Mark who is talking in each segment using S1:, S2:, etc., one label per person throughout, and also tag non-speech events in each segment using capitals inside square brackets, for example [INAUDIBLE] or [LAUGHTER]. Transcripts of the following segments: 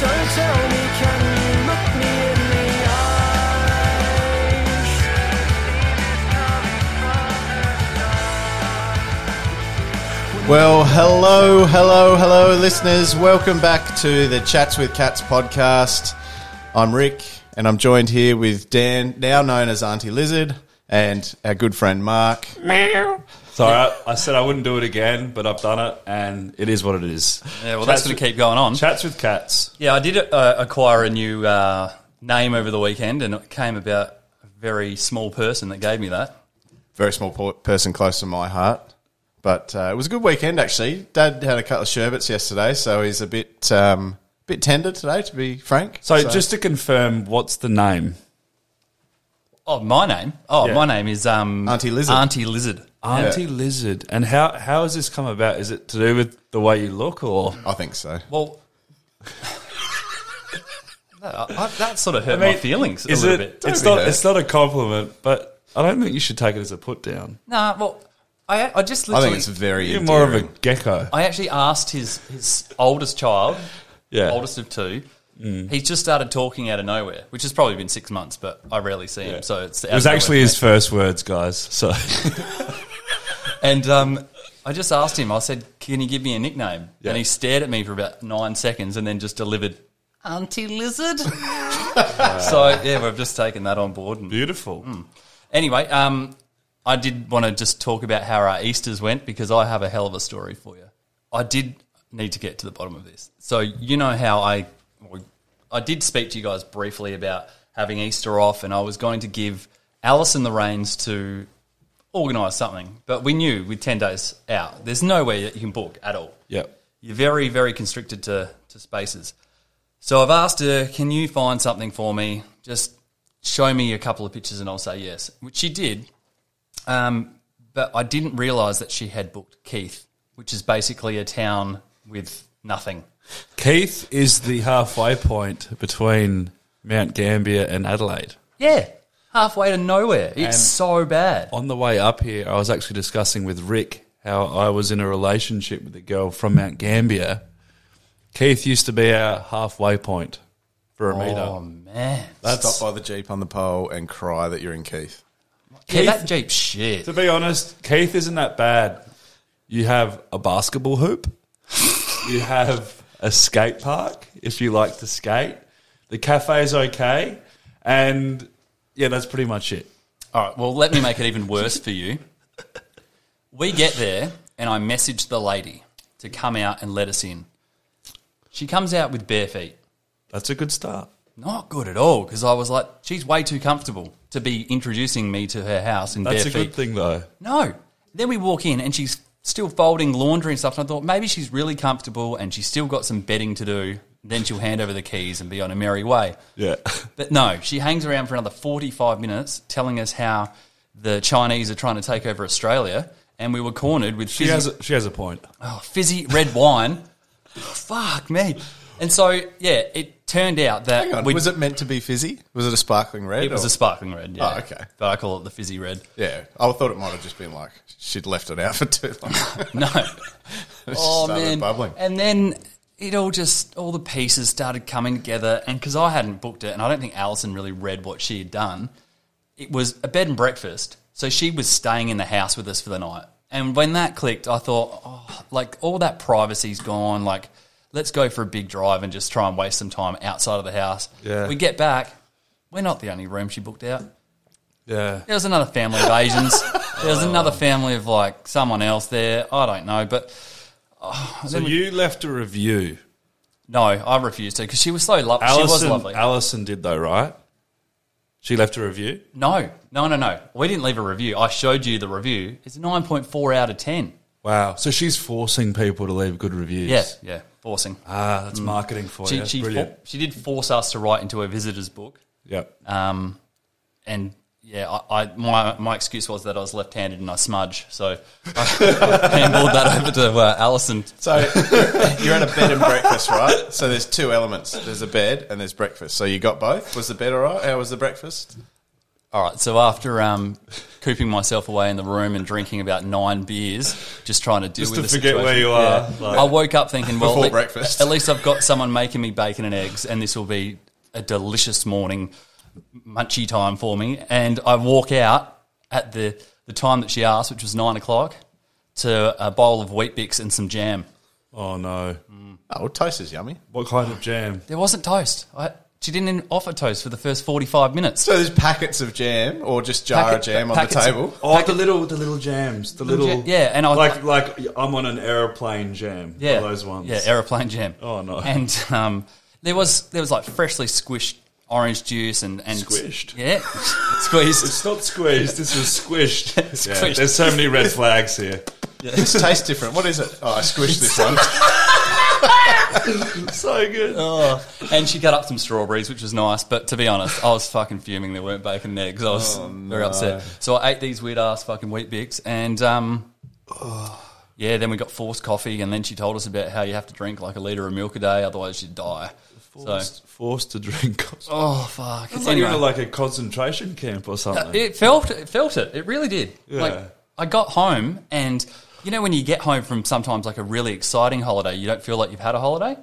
S1: So tell me, can you look me in the eyes?
S2: Well, hello, hello, hello, listeners. Welcome back to the Chats with Cats podcast. I'm Rick, and I'm joined here with Dan, now known as Auntie Lizard, and our good friend Mark.
S3: It's all right. I said I wouldn't do it again, but I've done it, and it is what it is.
S4: Yeah, well, that's
S3: Chats
S4: going to
S3: with-
S4: keep going on.
S3: Chats with cats.
S4: Yeah, I did uh, acquire a new uh, name over the weekend, and it came about a very small person that gave me that.
S2: Very small por- person close to my heart. But uh, it was a good weekend, actually. Dad had a couple of sherbets yesterday, so he's a bit um, bit tender today, to be frank.
S3: So, just to confirm, what's the name?
S4: Oh, my name. Oh,
S3: Yeah.
S4: my name is um,
S2: Auntie Lizard.
S4: Auntie Lizard.
S3: Auntie Lizard. And how, how has this come about? Is it to do with the way you look, or
S2: I think so.
S4: Well, that, I, that sort of hurt my feelings a
S3: is
S4: little
S3: it?
S4: bit.
S3: It's
S2: be
S3: not.
S2: hurt.
S3: It's not a compliment, but I don't think you should take it as a put down.
S4: Nah, well, I, I just
S2: I
S4: literally.
S2: think it's very.
S3: You're more of a
S2: endearing.
S3: gecko.
S4: I actually asked his, his oldest child,
S3: Yeah. Mm.
S4: oldest of two. He's just started talking out of nowhere, which has probably been six months, but I rarely see him. So it's
S3: It was actually his first words, guys. So
S4: And um, I just asked him, I said, Can you give me a nickname? And he stared at me for about nine seconds and then just delivered, Auntie Lizard. [LAUGHS] so, yeah, we've just taken that on board. And
S3: [LAUGHS] beautiful.
S4: anyway, um, I did want to just talk about how our Easters went because I have a hell of a story for you. I did need to get to the bottom of this. So you know how I, well, I did speak to you guys briefly about having Easter off, and I was going to give Alison the reins to organise something, but we knew with ten days out, there's no way that you can book at all
S3: Yep.
S4: you're very, very constricted to, to spaces. So I've asked her, can you find something for me? Just show me a couple of pictures and I'll say yes, which she did. Um, but I didn't realise that she had booked Keith, which is basically a town with nothing.
S3: Keith is the halfway point between Mount Gambier and Adelaide.
S4: Yeah, halfway to nowhere. It's so bad.
S3: on the way up here, I was actually discussing with Rick how I was in a relationship with a girl from Mount Gambier. Keith used to be our halfway point for a
S4: Oh,
S3: meetup.
S4: man.
S3: That's,
S2: Stop by the jeep on the pole and cry that you're in Keith.
S4: yeah,
S3: Keith-
S4: that Jeep shit.
S3: to be honest, Keith isn't that bad. You have a basketball hoop, you have a skate park if you like to skate. The cafe's okay, and yeah, that's pretty much it.
S4: All right, well, let me make it even worse for you. We get there, and I message the lady to come out and let us in. She comes out with bare feet.
S3: That's a good start.
S4: Not good at all, because I was like, she's way too comfortable to be introducing me to her house in
S3: That's
S4: bare
S3: a
S4: feet.
S3: good thing though.
S4: No. Then we walk in, and she's still folding laundry and stuff. And I thought maybe she's really comfortable, and she's still got some bedding to do. Then she'll hand over the keys and be on a merry way.
S3: Yeah.
S4: But no, she hangs around for another 45 minutes telling us how the Chinese are trying to take over Australia. And we were cornered with
S3: She
S4: fizzy,
S3: has, a, she has a point.
S4: oh, [LAUGHS] fizzy red wine. Oh, Fuck me. And so, yeah, it turned out that
S2: Hang on,
S4: we-
S2: was it meant to be fizzy? Was it a sparkling red?
S4: it was
S2: or-
S4: a sparkling red. Yeah.
S2: Oh, okay.
S4: But I call it the fizzy red.
S2: yeah. I thought it might have just been like she'd left it out for too long.
S4: [LAUGHS] No.
S2: It
S4: oh,
S2: started
S4: man.
S2: bubbling.
S4: And then it all just, all the pieces started coming together. And because I hadn't booked it, and I don't think Alison really read what she had done, it was a bed and breakfast. So she was staying in the house with us for the night. And when that clicked, I thought, oh, like, all that privacy's gone. Like, let's go for a big drive and just try and waste some time outside of the house.
S3: Yeah.
S4: We get back. We're not the only room she booked out.
S3: Yeah.
S4: There was another family of
S2: [LAUGHS]
S4: Asians. there was another family of, like, someone else there. I don't know. But
S3: So you left a review.
S4: No, I refused to because she was so lovely. She was
S3: Alison,
S4: lovely.
S3: Alison did though, right? She left a review.
S4: no, no, no, no. We didn't leave a review. I showed you the review. It's nine point four out of ten.
S3: Wow. So she's forcing people to leave good reviews.
S4: Yeah, yeah, forcing.
S3: Ah, that's marketing for
S4: she,
S3: you.
S4: she,
S3: Brilliant.
S4: for- she did force us to write into her visitors book.
S3: yep.
S4: Um, and yeah, I, I my my excuse was that I was left-handed and I smudge, so I [LAUGHS] handballed that over to uh, Alison.
S2: So [LAUGHS] you're at a bed and breakfast, right? So there's two elements. There's a bed and there's breakfast. So you got both. Was the bed all right? How was the breakfast?
S4: All right, so after um, cooping myself away in the room and drinking about nine beers, just trying to deal
S3: Just
S4: with
S3: to
S4: the
S3: forget
S4: situation,
S3: where you are. Like-
S4: I woke up thinking, well,
S2: Before
S4: at-
S2: breakfast.
S4: At least I've got someone making me bacon and eggs, and this will be a delicious morning munchy time for me. And I walk out at the, the time that she asked, which was nine o'clock, to a bowl of wheat bix and some jam.
S3: Oh no.
S4: Mm.
S2: Oh, well, toast is yummy.
S3: What kind of jam?
S4: There wasn't toast. I, she didn't even offer toast for the first forty five minutes.
S2: So there's packets of jam or just jar
S4: Packet-
S2: of jam on the
S4: packets of-
S2: table.
S3: Oh, the little, the little jams, the little,
S4: jam- yeah, and I-
S3: like, like I'm on an aeroplane jam.
S4: Yeah,
S3: Yeah, those ones.
S4: Yeah, aeroplane jam.
S3: Oh, no.
S4: And um, there was there was like freshly squished orange juice and and
S3: Squished?
S4: Yeah, [LAUGHS] squeezed.
S3: it's not squeezed. This was squished. [LAUGHS] Yeah,
S4: [LAUGHS] Squished.
S3: there's so many red flags here.
S2: This tastes different. What is it? Oh, I squished this [LAUGHS] one.
S3: So good.
S4: Oh, and she cut up some strawberries, which was nice. But to be honest, I was fucking fuming. There weren't bacon and eggs. I was very upset. So I ate these weird ass fucking wheat bix, and um, yeah, then we got forced coffee, and then she told us about how you have to drink like a liter of milk a day, otherwise you die. So,
S3: Forced, forced to drink. It's
S4: oh fuck!
S3: like you're in
S4: Anyway.
S3: like a concentration camp or
S4: [LAUGHS]
S3: something.
S4: Uh, It felt it felt it. It really did.
S3: Yeah.
S4: Like I got home and you know when you get home from sometimes like a really exciting holiday, you don't feel like you've had a holiday.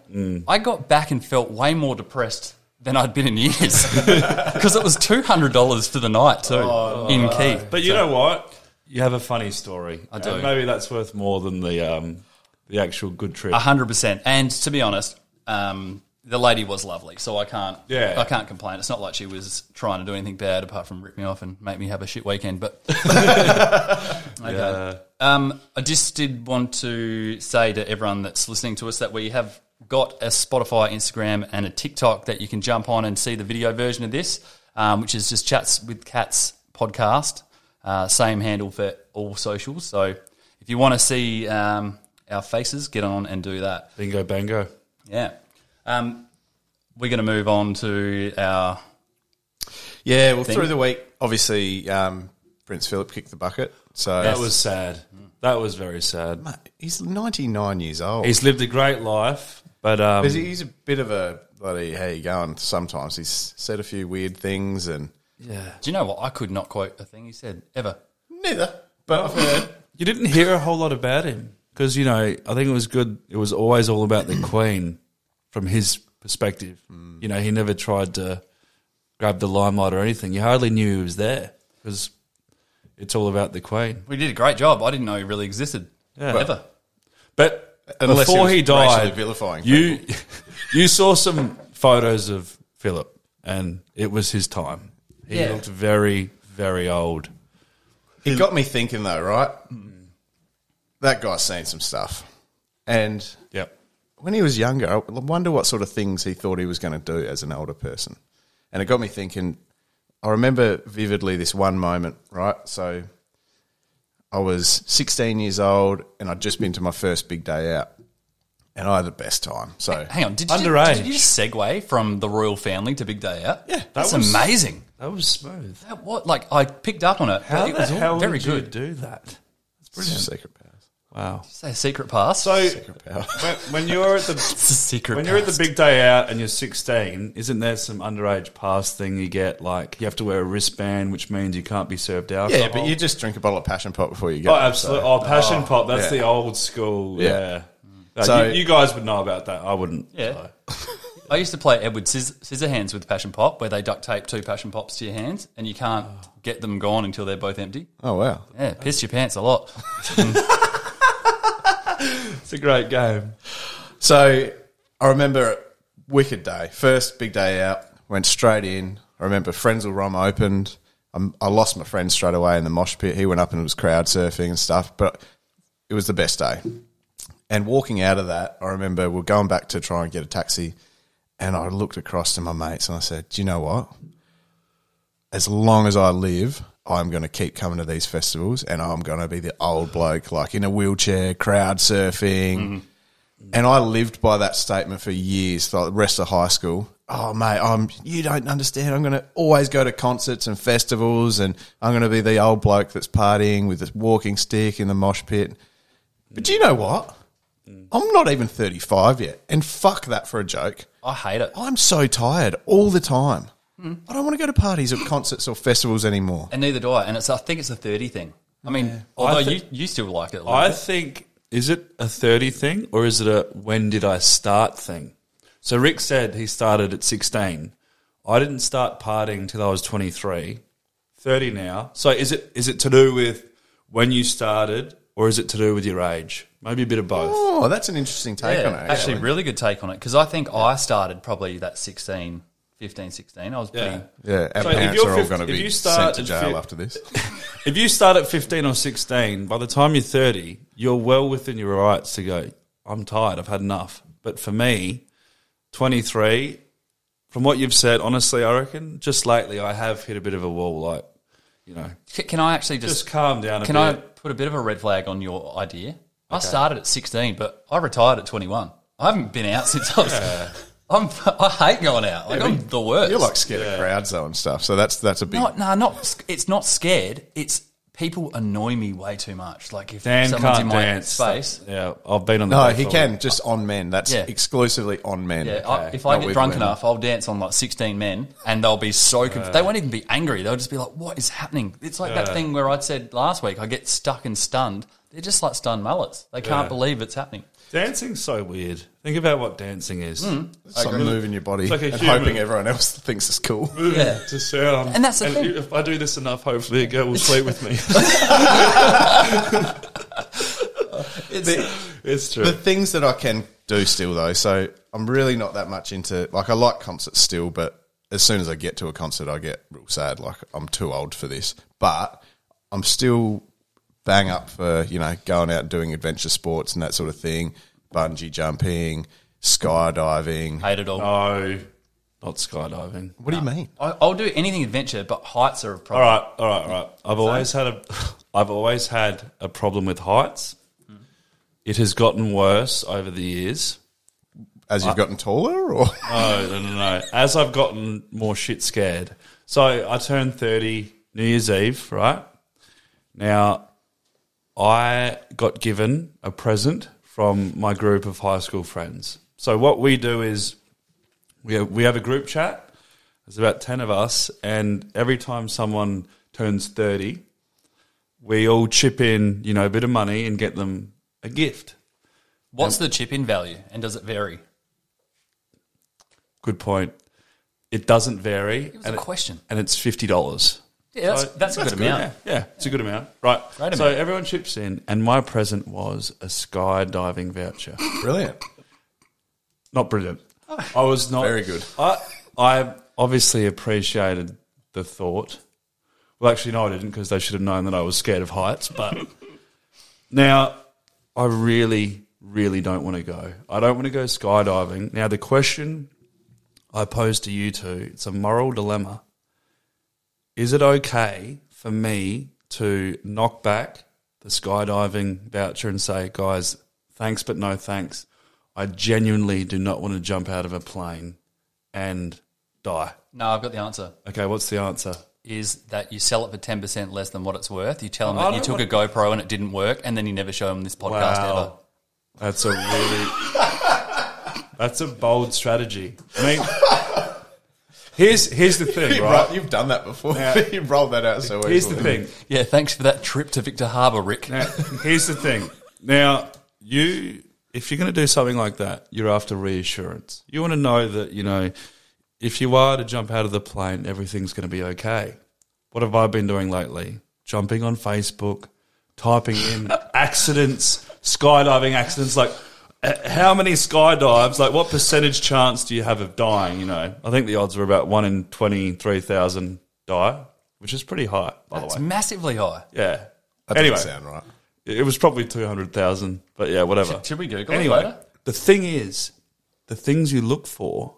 S4: I got back and felt way more depressed than I'd been in years [LAUGHS] because it was two hundred dollars for the night too in Keith.
S3: But you know what? You have a funny story. I
S4: do.
S3: maybe that's worth more than the um, the actual good trip.
S4: hundred percent. And to be honest, um, the lady was lovely, so I can't.
S3: Yeah.
S4: I can't complain. It's not like she was trying to do anything bad apart from rip me off and make me have a shit weekend. But [LAUGHS] okay. Um, I just did want to say to everyone that's listening to us that we have got a Spotify, Instagram, and a TikTok that you can jump on and see the video version of this, um, which is just Chats with Cats podcast. Uh, same handle for all socials. So if you want to see um, our faces, get on and do that.
S3: Bingo, bango.
S4: Yeah. Um, we're going to move on to our.
S2: Yeah, well, through the week, obviously, um, Prince Philip kicked the bucket. So
S3: That was sad. That was very sad.
S2: he's 99 years old.
S3: He's lived a great life, but um,
S2: He's, he's a bit of a bloody how you going sometimes. He's said a few weird things and
S4: Do you know what? I could not quote a thing he said ever.
S2: neither. But I've heard.
S3: you didn't hear a whole lot about him because you know I think it was good. It was always all about the Queen from his perspective. You know, he never tried to grab the limelight or anything. You hardly knew he was there because it's all about the Queen.
S4: We did a great job. I didn't know he really existed ever.
S3: But
S2: Unless
S3: before
S2: he
S3: he,
S2: was racially
S3: died,
S2: vilifying
S3: you [LAUGHS] you saw some photos of Philip, and it was his time. He
S4: Yeah.
S3: looked very, very old.
S2: It got me thinking though, right? That guy's seen some stuff. And
S3: Yep.
S2: when he was younger, I wonder what sort of things he thought he was going to do as an older person. And it got me thinking, I remember vividly this one moment, right? So I was 16 years old and I'd just been to my first big day out and I had the best time. So
S4: Hang on, did you,
S3: Underage.
S4: did you just segue from the royal family to Big Day Out? Yeah,
S3: that
S4: that's
S3: was-
S4: amazing.
S3: That was smooth.
S4: That what? Like I picked up on it. but it was all very good.
S3: do that?
S2: secret powers.
S3: Wow.
S4: Say a secret pass.
S3: So
S2: Secret power. [LAUGHS]
S3: when, when you're [LAUGHS] at the
S4: it's a secret.
S3: when you're at
S4: pass.
S3: the big day out and you're 16, isn't there some underage pass thing you get? Like you have to wear a wristband, which means you can't be served alcohol.
S2: Yeah, but you just drink a bottle of passion pop before you go.
S3: oh, absolutely. Oh, passion pop. That's
S2: yeah.
S3: the old school.
S2: Yeah.
S3: Yeah. No,
S2: So-
S3: you, you guys would know about that. I wouldn't.
S4: yeah. [LAUGHS] I used to play Edward Sciss- Scissorhands with Passion Pop, where they duct tape two Passion Pops to your hands, and you can't
S3: Oh.
S4: get them gone until they're both empty.
S2: Oh wow.
S4: Yeah, piss your pants
S3: [LAUGHS]
S4: a lot.
S3: It's a great game.
S2: So I remember wicked day, first big day out, went straight in. I remember Frenzel Rom opened. I'm, I lost my friend straight away in the mosh pit. He went up and was crowd surfing and stuff, but it was the best day. And walking out of that, I remember we're going back to try and get a taxi, and I looked across to my mates and I said, "Do you know what? As long as I live, I I'm going to keep coming to these festivals and I'm going to be the old bloke, like in a wheelchair, crowd surfing. And I lived by that statement for years, like the rest of high school. Oh, mate, I'm, you don't understand. I'm going to always go to concerts and festivals and I'm going to be the old bloke that's partying with a walking stick in the mosh pit. But do you know what?
S3: Mm.
S2: I'm not even 35 yet. And fuck that for a joke.
S4: I hate it.
S2: I'm so tired all the time.
S3: Mm.
S2: I don't want to go to parties or concerts or festivals anymore.
S4: And neither do I. And it's I think it's a 30 thing. I mean, although
S3: I thi-
S4: you, you still like it. a little
S3: I
S4: bit.
S3: think is it a thirty thing or is it a when did I start thing? So Rick said he started at sixteen. I didn't start partying till I was twenty three. Thirty now. So is it is it to do with when you started or is it to do with your age? Maybe a bit of both.
S2: Oh, that's an interesting take
S4: Yeah,
S2: on it.
S4: actually, really good take on it because I think I started probably that 16, 15, 16. I was pretty.
S3: Yeah.
S2: yeah, our
S3: So if
S2: parents
S3: you're
S2: are all
S3: 50
S2: going to
S3: if
S2: be
S3: you
S2: sent
S3: start
S2: to
S3: at
S2: jail
S3: fif-
S2: after this.
S3: If you start at fifteen or sixteen, by the time you're thirty, you're well within your rights to go. I'm tired. I've had enough. But for me, twenty three. From what you've said, honestly, I reckon just lately I have hit a bit of a wall. Like, you know,
S4: C- Can I actually just,
S3: just calm down a
S4: can
S3: bit.
S4: I put a bit of a red flag on your idea? I started at 16, but I retired at 21. I haven't been out [LAUGHS] since I was. I'm, I hate going out. Like, I'm the worst.
S2: You're like scared of crowds though and stuff. So that's that's a big.
S4: Not, no, not. sc- It's not scared. It's people annoy me way too much. Like if
S3: Dan
S4: someone's
S3: can't
S4: in my
S3: dance.
S4: space,
S3: Yeah, I've been on. the
S2: no,
S3: boat
S2: he
S3: for a
S2: can
S3: while.
S2: just on men. That's
S4: Yeah.
S2: exclusively on men.
S4: yeah. I,
S3: Okay.
S4: if I
S2: Not
S4: get
S2: with
S4: drunk
S2: women.
S4: enough, I'll dance on like sixteen men, and they'll be so. Conf- they won't even be angry. They'll just be like, "What is happening?" It's like that thing where I said last week. I get stuck and stunned. They're just like stunned mullets. They can't believe it's happening.
S3: Dancing's so weird. Think about what dancing is.
S4: Hmm.
S2: It's like moving your body
S3: like a
S2: and
S3: human.
S2: hoping everyone else [LAUGHS] thinks it's cool.
S4: Yeah.
S3: To sound,
S4: And that's the thing.
S3: If I do this enough, hopefully a girl will sleep with
S4: [LAUGHS]
S3: me.
S4: [LAUGHS]
S3: it's true.
S2: the things that I can do still though, so I'm really not that much into like I like concerts still, but as soon as I get to a concert, I get real sad. Like I'm too old for this, but I'm still bang up for you know going out and doing adventure sports and that sort of thing, bungee jumping, skydiving.
S4: Hate it all.
S3: no, not skydiving.
S2: What do you mean?
S4: I, I'll do anything adventure, but heights are a
S3: All
S4: problem.
S3: right, all right, all right. I've always had a, I've always had a problem with heights. It has gotten worse over the years.
S2: As you've gotten taller,
S3: [LAUGHS]
S2: or
S3: No, Oh, no, no, no. As I've gotten more shit scared. So I turned 30 New Year's Eve, right? Now, I got given a present from my group of high school friends. So what we do is we have, we have a group chat. There's about 10 of us. And every time someone turns 30, we all chip in, you know, a bit of money and get them a gift.
S4: What's the chip in value, and does it vary?
S3: Good point. It doesn't vary.
S4: It was
S3: and
S4: a
S3: it-
S4: question.
S3: and it's fifty dollars.
S4: Yeah, that's, that's, a good, amount.
S3: Yeah, yeah, it's a good amount. Right.
S4: Great
S3: so
S4: amount.
S3: everyone chips in, and my present was a skydiving voucher.
S2: brilliant,
S3: not brilliant.
S4: Oh.
S3: I was not
S2: Very good.
S3: I I obviously appreciated the thought. Well, actually, no, I didn't because they should have known that I was scared of heights.
S4: [LAUGHS]
S3: But now I really, really don't want to go. I don't want to go skydiving. Now, the question I pose to you two it's a moral dilemma. Is it okay for me to knock back the skydiving voucher and say, guys, thanks, but no thanks? I genuinely do not want to jump out of a plane and die.
S4: No, I've got the answer.
S3: Okay, what's the answer?
S4: is that you sell it for ten percent less than what it's worth. You tell them
S3: I
S4: that you
S3: don't
S4: took a GoPro and it didn't work, and then you never show them this podcast ever.
S3: Wow. That's a really [LAUGHS] That's a bold strategy. I mean Here's here's the thing,
S4: [LAUGHS]
S2: You
S3: right?
S2: ro- [LAUGHS] you've done that before. [LAUGHS] you rolled that out so easily.
S3: Here's the thing.
S4: Yeah, thanks for that trip to Victor Harbour, Rick.
S3: Now, here's the thing. Now, you, if you're going to do something like that, you're after reassurance. You want to know that, you know, if you are to jump out of the plane, everything's going to be okay. What have I been doing lately? Jumping on Facebook, typing in accidents, skydiving accidents. Like, uh, how many skydives? Like, what percentage chance do you have of dying? You know, I think the odds are about one in 23,000 die, which is pretty high, by
S4: It's
S3: the way.
S4: massively high.
S3: Yeah.
S2: That doesn't sound right.
S3: It was probably 200,000, but yeah, whatever.
S4: Should- should we Google it
S3: anyway,
S4: later?
S3: the thing is, the things you look for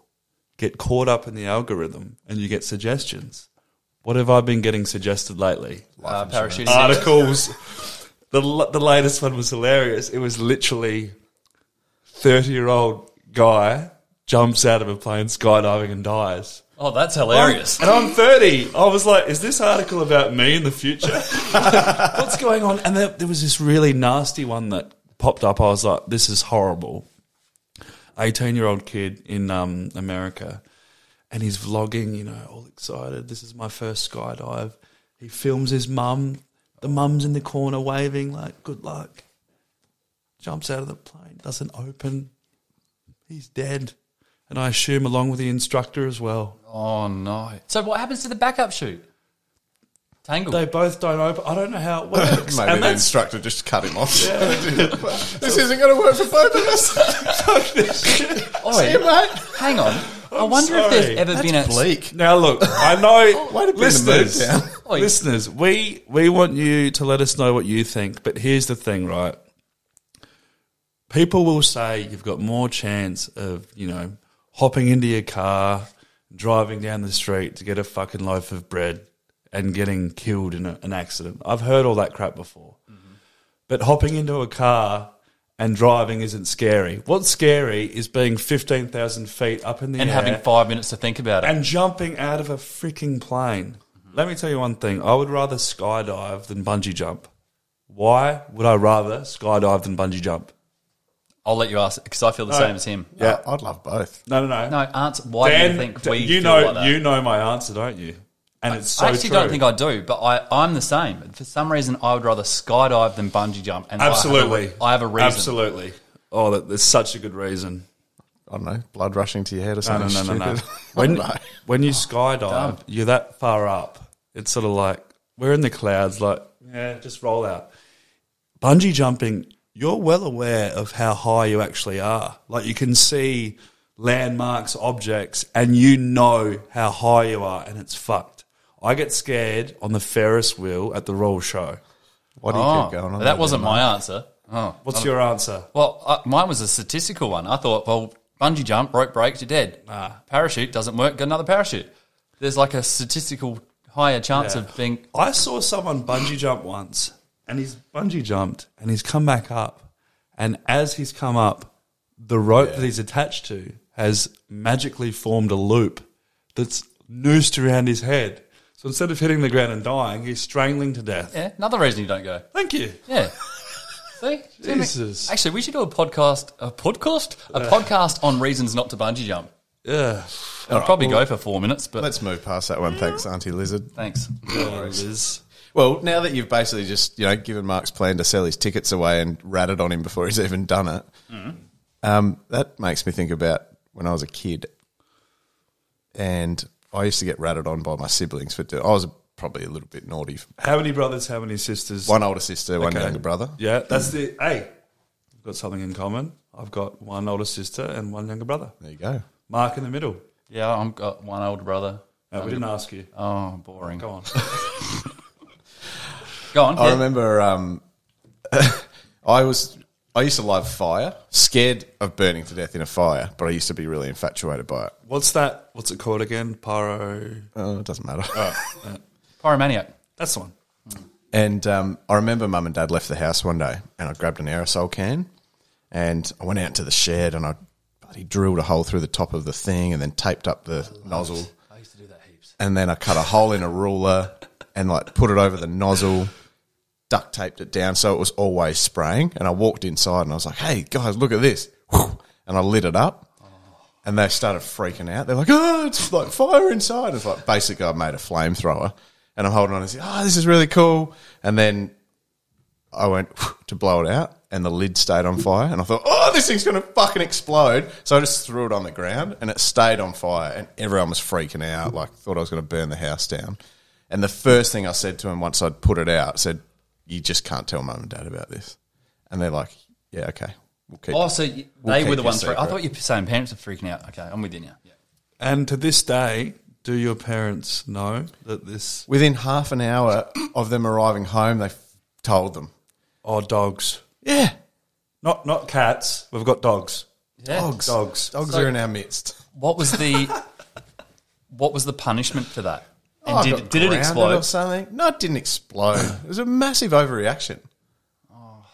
S3: get caught up in the algorithm and you get suggestions. What have I been getting suggested lately?
S4: Uh, parachuting.
S3: articles. the l- the latest one was hilarious. It was literally thirty year old guy jumps out of a plane skydiving and dies.
S4: oh, that's hilarious.
S3: And I'm thirty. I was like, is this article about me in the future? What's going on? And there, there was this really nasty one that popped up. I was like, this is horrible. Eighteen year old kid in um, America and he's vlogging, you know, all excited. This is my first skydive. He films his mum. The mum's in the corner waving, like, good luck. Jumps out of the plane, doesn't open. He's dead. And I assume along with the instructor as well.
S4: Oh no! So what happens to the backup shoot? Tangled.
S3: They both don't open. I don't know how it works.
S2: [LAUGHS] Maybe
S3: [COUGHS] and
S2: the
S3: that's
S2: instructor just cut him off. [LAUGHS]
S3: [LAUGHS]
S2: this isn't going to work for both of [LAUGHS] us.
S4: Oi, Oh,
S3: [LAUGHS]
S4: hang on. i wonder if
S3: sorry.
S4: there's ever been a
S2: Bleak.
S3: Now look, I know
S2: Way to bring the mood
S3: listeners.
S2: down.
S4: Oi.
S3: [LAUGHS] listeners, we we want you to let us know what you think, but here's the thing, right? People will say you've got more chance of, you know, hopping into your car, driving down the street to get a fucking loaf of bread and getting killed in a, an accident. I've heard all that crap before. But hopping into a car and driving isn't scary. What's scary is being 15,000 feet up in the
S4: and
S3: air
S4: having five minutes to think about it.
S3: and jumping out of a freaking plane. Let me tell you one thing. I would rather skydive than bungee jump. Why would I rather skydive than bungee jump?
S4: I'll let you ask because I feel the same as him.
S2: Yeah, I'd love both.
S3: No, no, no.
S4: No, answer. Why do
S3: Dan,
S4: you think
S3: Dan,
S4: we?
S3: you
S4: feel
S3: know,
S4: like that?
S3: you know my answer, don't you? And it's so
S4: I actually
S3: true.
S4: don't think I do, but I, I'm the same. For some reason, I would rather skydive than bungee jump. And I have a re-
S3: absolutely.
S4: I have a, reason.
S3: Absolutely. Oh, that, there's such a good reason.
S2: I don't know, blood rushing to your head or
S3: No, no,
S2: something.
S3: no, no, no.
S2: stupid. [LAUGHS]
S3: When,
S2: I don't know.
S3: when you skydive, you're that far up. It's sort of like we're in the clouds, like, yeah, just roll out. Bungee jumping, you're well aware of how high you actually are. Like, you can see landmarks, objects, and you know how high you are, and it's fucked. I get scared on the Ferris wheel at the Royal Show.
S2: Why do you
S4: Oh,
S2: keep going on?
S4: that
S2: like
S4: wasn't my answer. Oh,
S3: What's your answer?
S4: well, uh, mine was a statistical one. I thought, well, bungee jump, rope breaks, you're dead. Parachute doesn't work, get another parachute. There's like a statistical higher chance of being.
S3: I saw someone bungee jump once, and he's bungee jumped, and he's come back up, and as he's come up, the rope that he's attached to has magically formed a loop that's noosed around his head. So instead of hitting the ground and dying, he's strangling to death.
S4: Yeah, another reason you don't go.
S3: Thank you.
S2: [LAUGHS]
S4: Yeah. See? See,
S3: Jesus.
S4: mate? Actually, we should do a podcast. A podcast? A podcast on reasons not to bungee jump.
S3: Yeah.
S4: I'll probably go for four minutes, but
S2: Let's move past that one. Thanks, Auntie Lizard.
S4: thanks.
S3: Liz.
S2: Well, now that you've basically just you know given Mark's plan to sell his tickets away and ratted on him before he's even done it,
S3: Mm-hmm.
S2: um, that makes me think about when I was a kid, and I used to get ratted on by my siblings for do- I was probably a little bit naughty.
S3: How many brothers, how many sisters?
S2: One older sister, one
S3: Okay.
S2: younger brother.
S3: Yeah, that's the. Hey, we've got something in common. I've got one older sister and one younger brother.
S2: There you go.
S3: Mark in the middle.
S4: Yeah, I've got one older brother.
S3: No, we didn't ask you.
S4: Oh, boring.
S3: Go on.
S4: Go on.
S2: I
S4: yeah.
S2: remember um, [LAUGHS] I was I used to love fire, scared of burning to death in a fire, but I used to be really infatuated by it.
S3: What's that? What's it called again? Pyro.
S2: Oh, it doesn't matter. [LAUGHS]
S4: Pyromaniac.
S3: That's the one.
S2: And um, I remember mum and dad left the house one day and I grabbed an aerosol can and I went out into the shed and I bloody drilled a hole through the top of the thing and then taped up the nozzle.
S4: I used to do that heaps.
S2: And then I cut a hole in a ruler and like put it over the nozzle, duct taped it down so it was always spraying. And I walked inside and I was like, hey guys, look at this. [LAUGHS] And I lit it up. And they started freaking out. They're like, oh, it's like fire inside. It's like basically I made a flamethrower. And I'm holding on and say, oh, this is really cool. And then I went [LAUGHS] to blow it out and the lid stayed on fire. And I thought, oh, this thing's going to fucking explode. So I just threw it on the ground and it stayed on fire. And everyone was freaking out, like, thought I was going to burn the house down. And the first thing I said to him once I'd put it out, said, you just can't tell mum and dad about this. And they're like, yeah, okay. We'll keep
S4: Oh, so you,
S2: We'll
S4: they
S2: keep
S4: were the
S2: your
S4: ones. Through. I
S2: secret.
S4: thought you were saying parents are freaking out. Okay, I'm within you. Yeah.
S3: And to this day, do your parents know that this?
S2: Within half an hour of them arriving home, they f- told them.
S3: Oh, dogs.
S2: Yeah,
S3: Not not cats. We've got dogs.
S4: Yeah.
S2: dogs.
S3: Dogs.
S2: Dogs
S4: So-
S2: are in our midst.
S4: What was the what was the punishment for that? And
S2: Oh, I
S4: did-
S2: got
S4: did it
S2: grounded
S4: explode?
S2: or something? No, it didn't explode. it was a massive overreaction.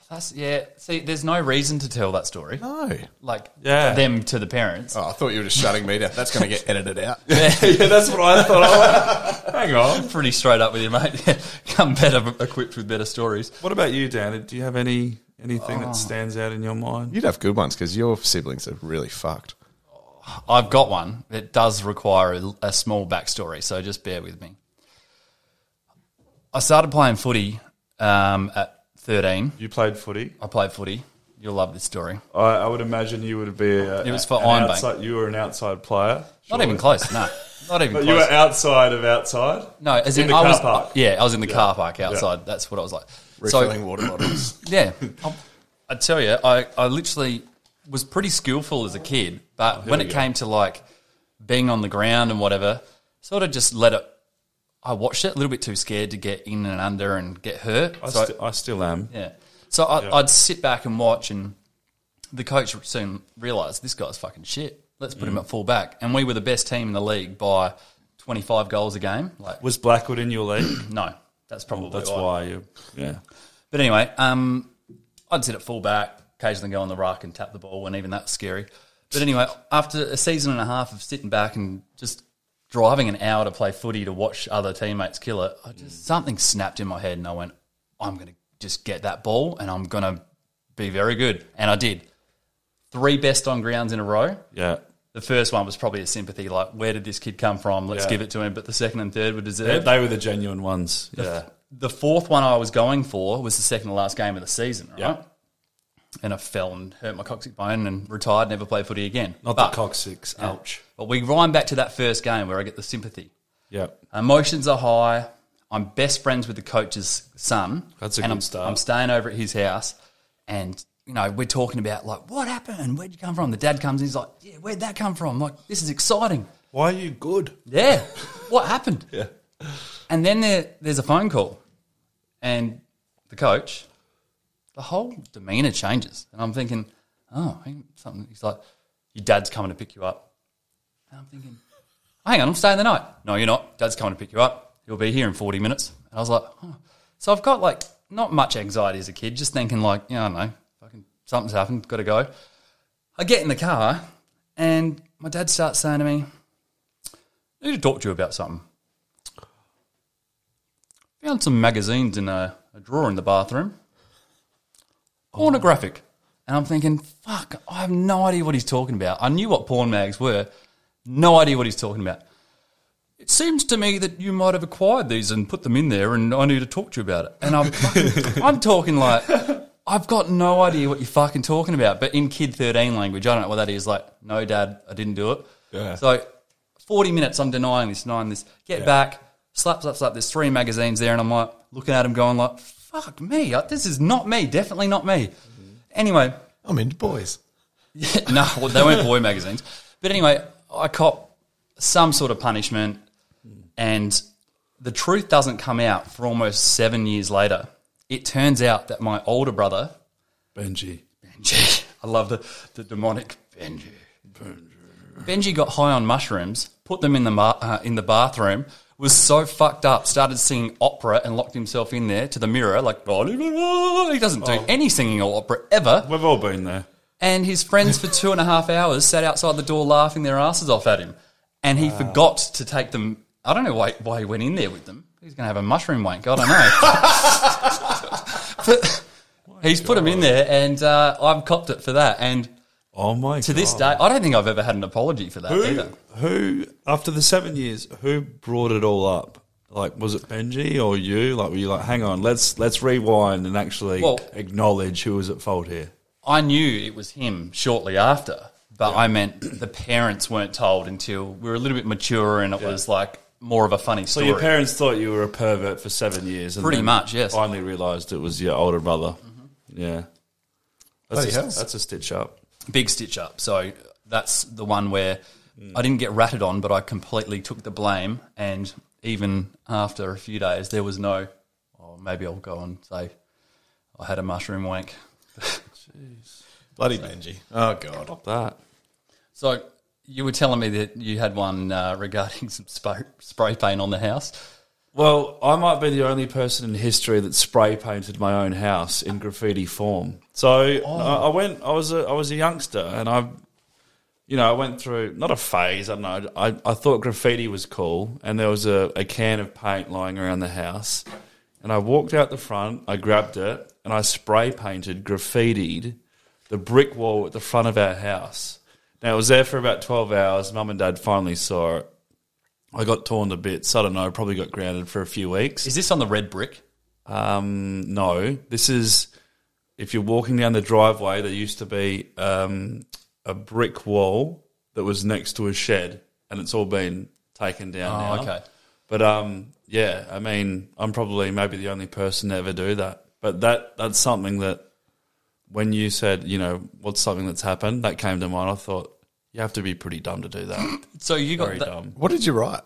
S4: That's yeah. See, there's no reason to tell that story.
S2: No.
S4: Like
S3: Yeah.
S4: them to the parents.
S2: Oh, I thought you were just shutting me down. That's going to get edited out.
S3: [LAUGHS] yeah, that's what I thought. I went, Hang on.
S4: Pretty straight up with you, mate. [LAUGHS] Come better equipped with better stories.
S3: What about you, Dan? Do you have any anything
S4: Oh.
S3: that stands out in your
S2: [LAUGHS]
S3: mind?
S2: You'd have good ones because your siblings are really fucked.
S4: I've got one that does require a, a small backstory, so just bear with me. I started playing footy um, at 13.
S3: You played footy.
S4: I played footy. You'll love this story.
S3: I, I would imagine you would be. A,
S4: It was for
S3: an
S4: Iron Bank.
S3: outside, You were an outside player.
S4: Not even close.
S3: [LAUGHS]
S4: No, not even
S3: But
S4: close.
S3: you were outside of outside.
S4: no, as in,
S3: in the
S4: I
S3: car
S4: was.
S3: park.
S4: Yeah, I was in the car park outside. That's what I was like.
S2: Refilling water bottles.
S3: [LAUGHS]
S4: Yeah. I'll- I tell you, I, I literally was pretty skillful as a kid, but when
S3: we
S4: it
S3: go.
S4: came to like being on the ground and whatever, sort of just let it. I watched it a little bit too scared to get in and under and get hurt.
S3: I,
S4: so,
S3: sti- I still am.
S4: yeah. So I, I'd sit back and watch, and the coach soon realised this guy's fucking shit. Let's put him
S3: Mm.
S4: at full back. And we were the best team in the league by 25 goals a game. Like,
S3: Was Blackwood in your league?
S4: no, that's [CLEARS THROAT] probably
S3: That's
S4: why.
S3: why you. Yeah.
S4: But anyway, um, I'd sit at full back, occasionally go on the ruck and tap the ball, and even that was scary. But anyway, after a season and a half of sitting back and just driving an hour to play footy to watch other teammates kill it, I just, something snapped in my head, and I went, "I'm going to just get that ball, and I'm going to be very good." And I did. Three best on grounds in a row.
S3: Yeah.
S4: The first one was probably a sympathy, like, "Where did this kid come from? Let's
S3: Yeah.
S4: give it to him." But the second and third were deserved.
S3: They, they were the genuine ones. Yeah.
S4: The fourth one I was going for was the second to last game of the season, right?
S3: Yeah.
S4: And I fell and hurt my coccyx bone and retired, never played footy again.
S3: Not
S4: but,
S3: the cock six. Ouch.
S4: But we rhyme back to that first game where I get the sympathy.
S3: Yeah.
S4: Emotions are high. I'm best friends with the coach's son.
S3: That's a
S4: and
S3: good
S4: I'm,
S3: start.
S4: I'm staying over at his house, and you know we're talking about like what happened, where'd you come from? The dad comes in, he's like, yeah, where'd that come from? like this is exciting.
S3: Why are you good?
S4: Yeah, what happened?
S3: Yeah.
S4: And then there, there's a phone call, and the coach, the whole demeanor changes. And I'm thinking, oh, hang- something. He's like, your dad's coming to pick you up. And I'm thinking, hang on, I'm staying the night. No, you're not. Dad's coming to pick you up. He'll be here in 40 minutes. And I was like, huh. so I've got like not much anxiety as a kid, just thinking like, yeah, I don't know, fucking something's happened, got to go. I get in the car, and my dad starts saying to me, I need to talk to you about something. Found some magazines in a, a drawer in the bathroom. Pornographic. And I'm thinking, fuck, I have no idea what he's talking about. I knew what porn mags were, no idea what he's talking about. It seems to me that you might have acquired these and put them in there, and I need to talk to you about it. And I'm, fucking, I'm talking like, I've got no idea what you're fucking talking about. But in kid 13 language, I don't know what that is. Like, no, dad, I didn't do it.
S3: Yeah.
S4: So 40 minutes, I'm denying this, denying this. Get back, slap, slap, slap. There's three magazines there, and I'm like, looking at him, going like, fuck me. Like, This is not me. Definitely not me. Anyway,
S2: [CLEARS THROAT] I'm into boys.
S4: no, well, they weren't boy magazines. But anyway, I cop some sort of punishment, and the truth doesn't come out for almost seven years later. It turns out that my older brother,
S3: Benji.
S4: Benji, [LAUGHS] I love the, the demonic Benji. Benji got high on mushrooms, put them in the, ma- uh, in the bathroom, was so fucked up, started singing opera and locked himself in there to the mirror, like, he doesn't do any singing or opera ever.
S3: We've all been there.
S4: And his friends for two and a half hours sat outside the door laughing their asses off at him. And he forgot to take them. I don't know why, why he went in there with them. He's going to have a mushroom wank. I don't know.
S3: [LAUGHS]
S4: but he's put them in there, and uh, I've copped it for that. And
S3: Oh my
S4: to this day, I don't think I've ever had an apology for that
S3: Who,
S4: either.
S3: who, after the seven years, who brought it all up? Like, was it Benji or you? Like, were you like, hang on, let's let's rewind and actually
S4: Well-
S3: acknowledge who was at fault here?
S4: I knew it was him shortly after, but I meant the parents weren't told until we were a little bit mature, and it was like more of a funny
S3: So
S4: story.
S3: your parents thought you were a pervert for seven years, and
S4: Pretty
S3: then
S4: much, yes.
S3: Finally realised it was your older brother. Yeah, that's
S2: Bloody
S3: a,
S2: hell.
S3: that's a stitch up.
S4: big stitch up. So that's the one where
S3: Mm.
S4: I didn't get ratted on, but I completely took the blame. And even after a few days, there was no, oh, maybe I'll go and say I had a mushroom wank.
S2: Bloody Benji. Oh, God.
S3: That
S4: So you were telling me that you had one uh, [LAUGHS] regarding some spray, spray paint on the house.
S3: Well, I might be the only person in history that spray painted my own house in graffiti form. So I, I went. I was a I was a youngster, and I, you know, I went through not a phase. I don't know. I, I thought graffiti was cool, and there was a, a can of paint lying around the house, and I walked out the front. I grabbed it and I spray painted, graffitied the brick wall at the front of our house. Now it was there for about twelve hours. Mum and Dad finally saw it. I got torn to bits. I don't know. Probably got grounded for a few weeks.
S4: Is this on the red brick?
S3: Um, no, this is if you're walking down the driveway. There used to be um, a brick wall that was next to a shed, and it's all been taken down
S4: Oh,
S3: now.
S4: okay.
S3: But um, yeah, I mean, I'm probably maybe the only person to ever do that. But that that's something that when you said, you know, what's something that's happened, that came to mind. I thought you have to be pretty dumb to do that.
S4: So you got
S3: Very
S4: that-
S3: dumb.
S2: What did you write?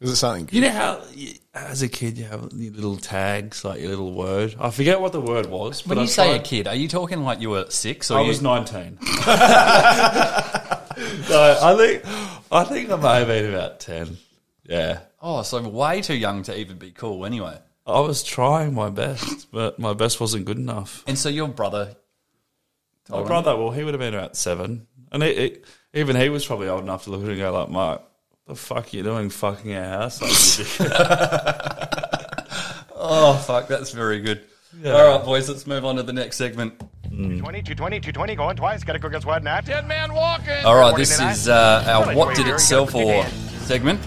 S2: Is Oh, it something good?
S3: You know how, you, as a kid, you have your little tags, like your little word. I forget what the word was.
S4: When
S3: but I
S4: you say
S3: tried-
S4: a kid, are you talking like you were six or
S3: I
S4: you,
S3: was [LAUGHS] nineteen. so I think, I think I may have been about ten. Yeah,
S4: Oh, so way too young to even be cool anyway.
S3: I was trying my best, but my best wasn't good enough.
S4: And so your brother,
S3: My brother, well, he would have been about seven, and he- he- even he was probably old enough to look at it and go like, "Mark, the fuck are you doing, fucking our house?" Like, [LAUGHS] you dick."
S4: oh fuck, that's very good. All right, boys, let's move on to the next segment.
S5: 20, 220, 220, going twice. Gotta go against wide net. Dead man walking.
S4: All right, this is uh, our "What Did It Sell For" segment.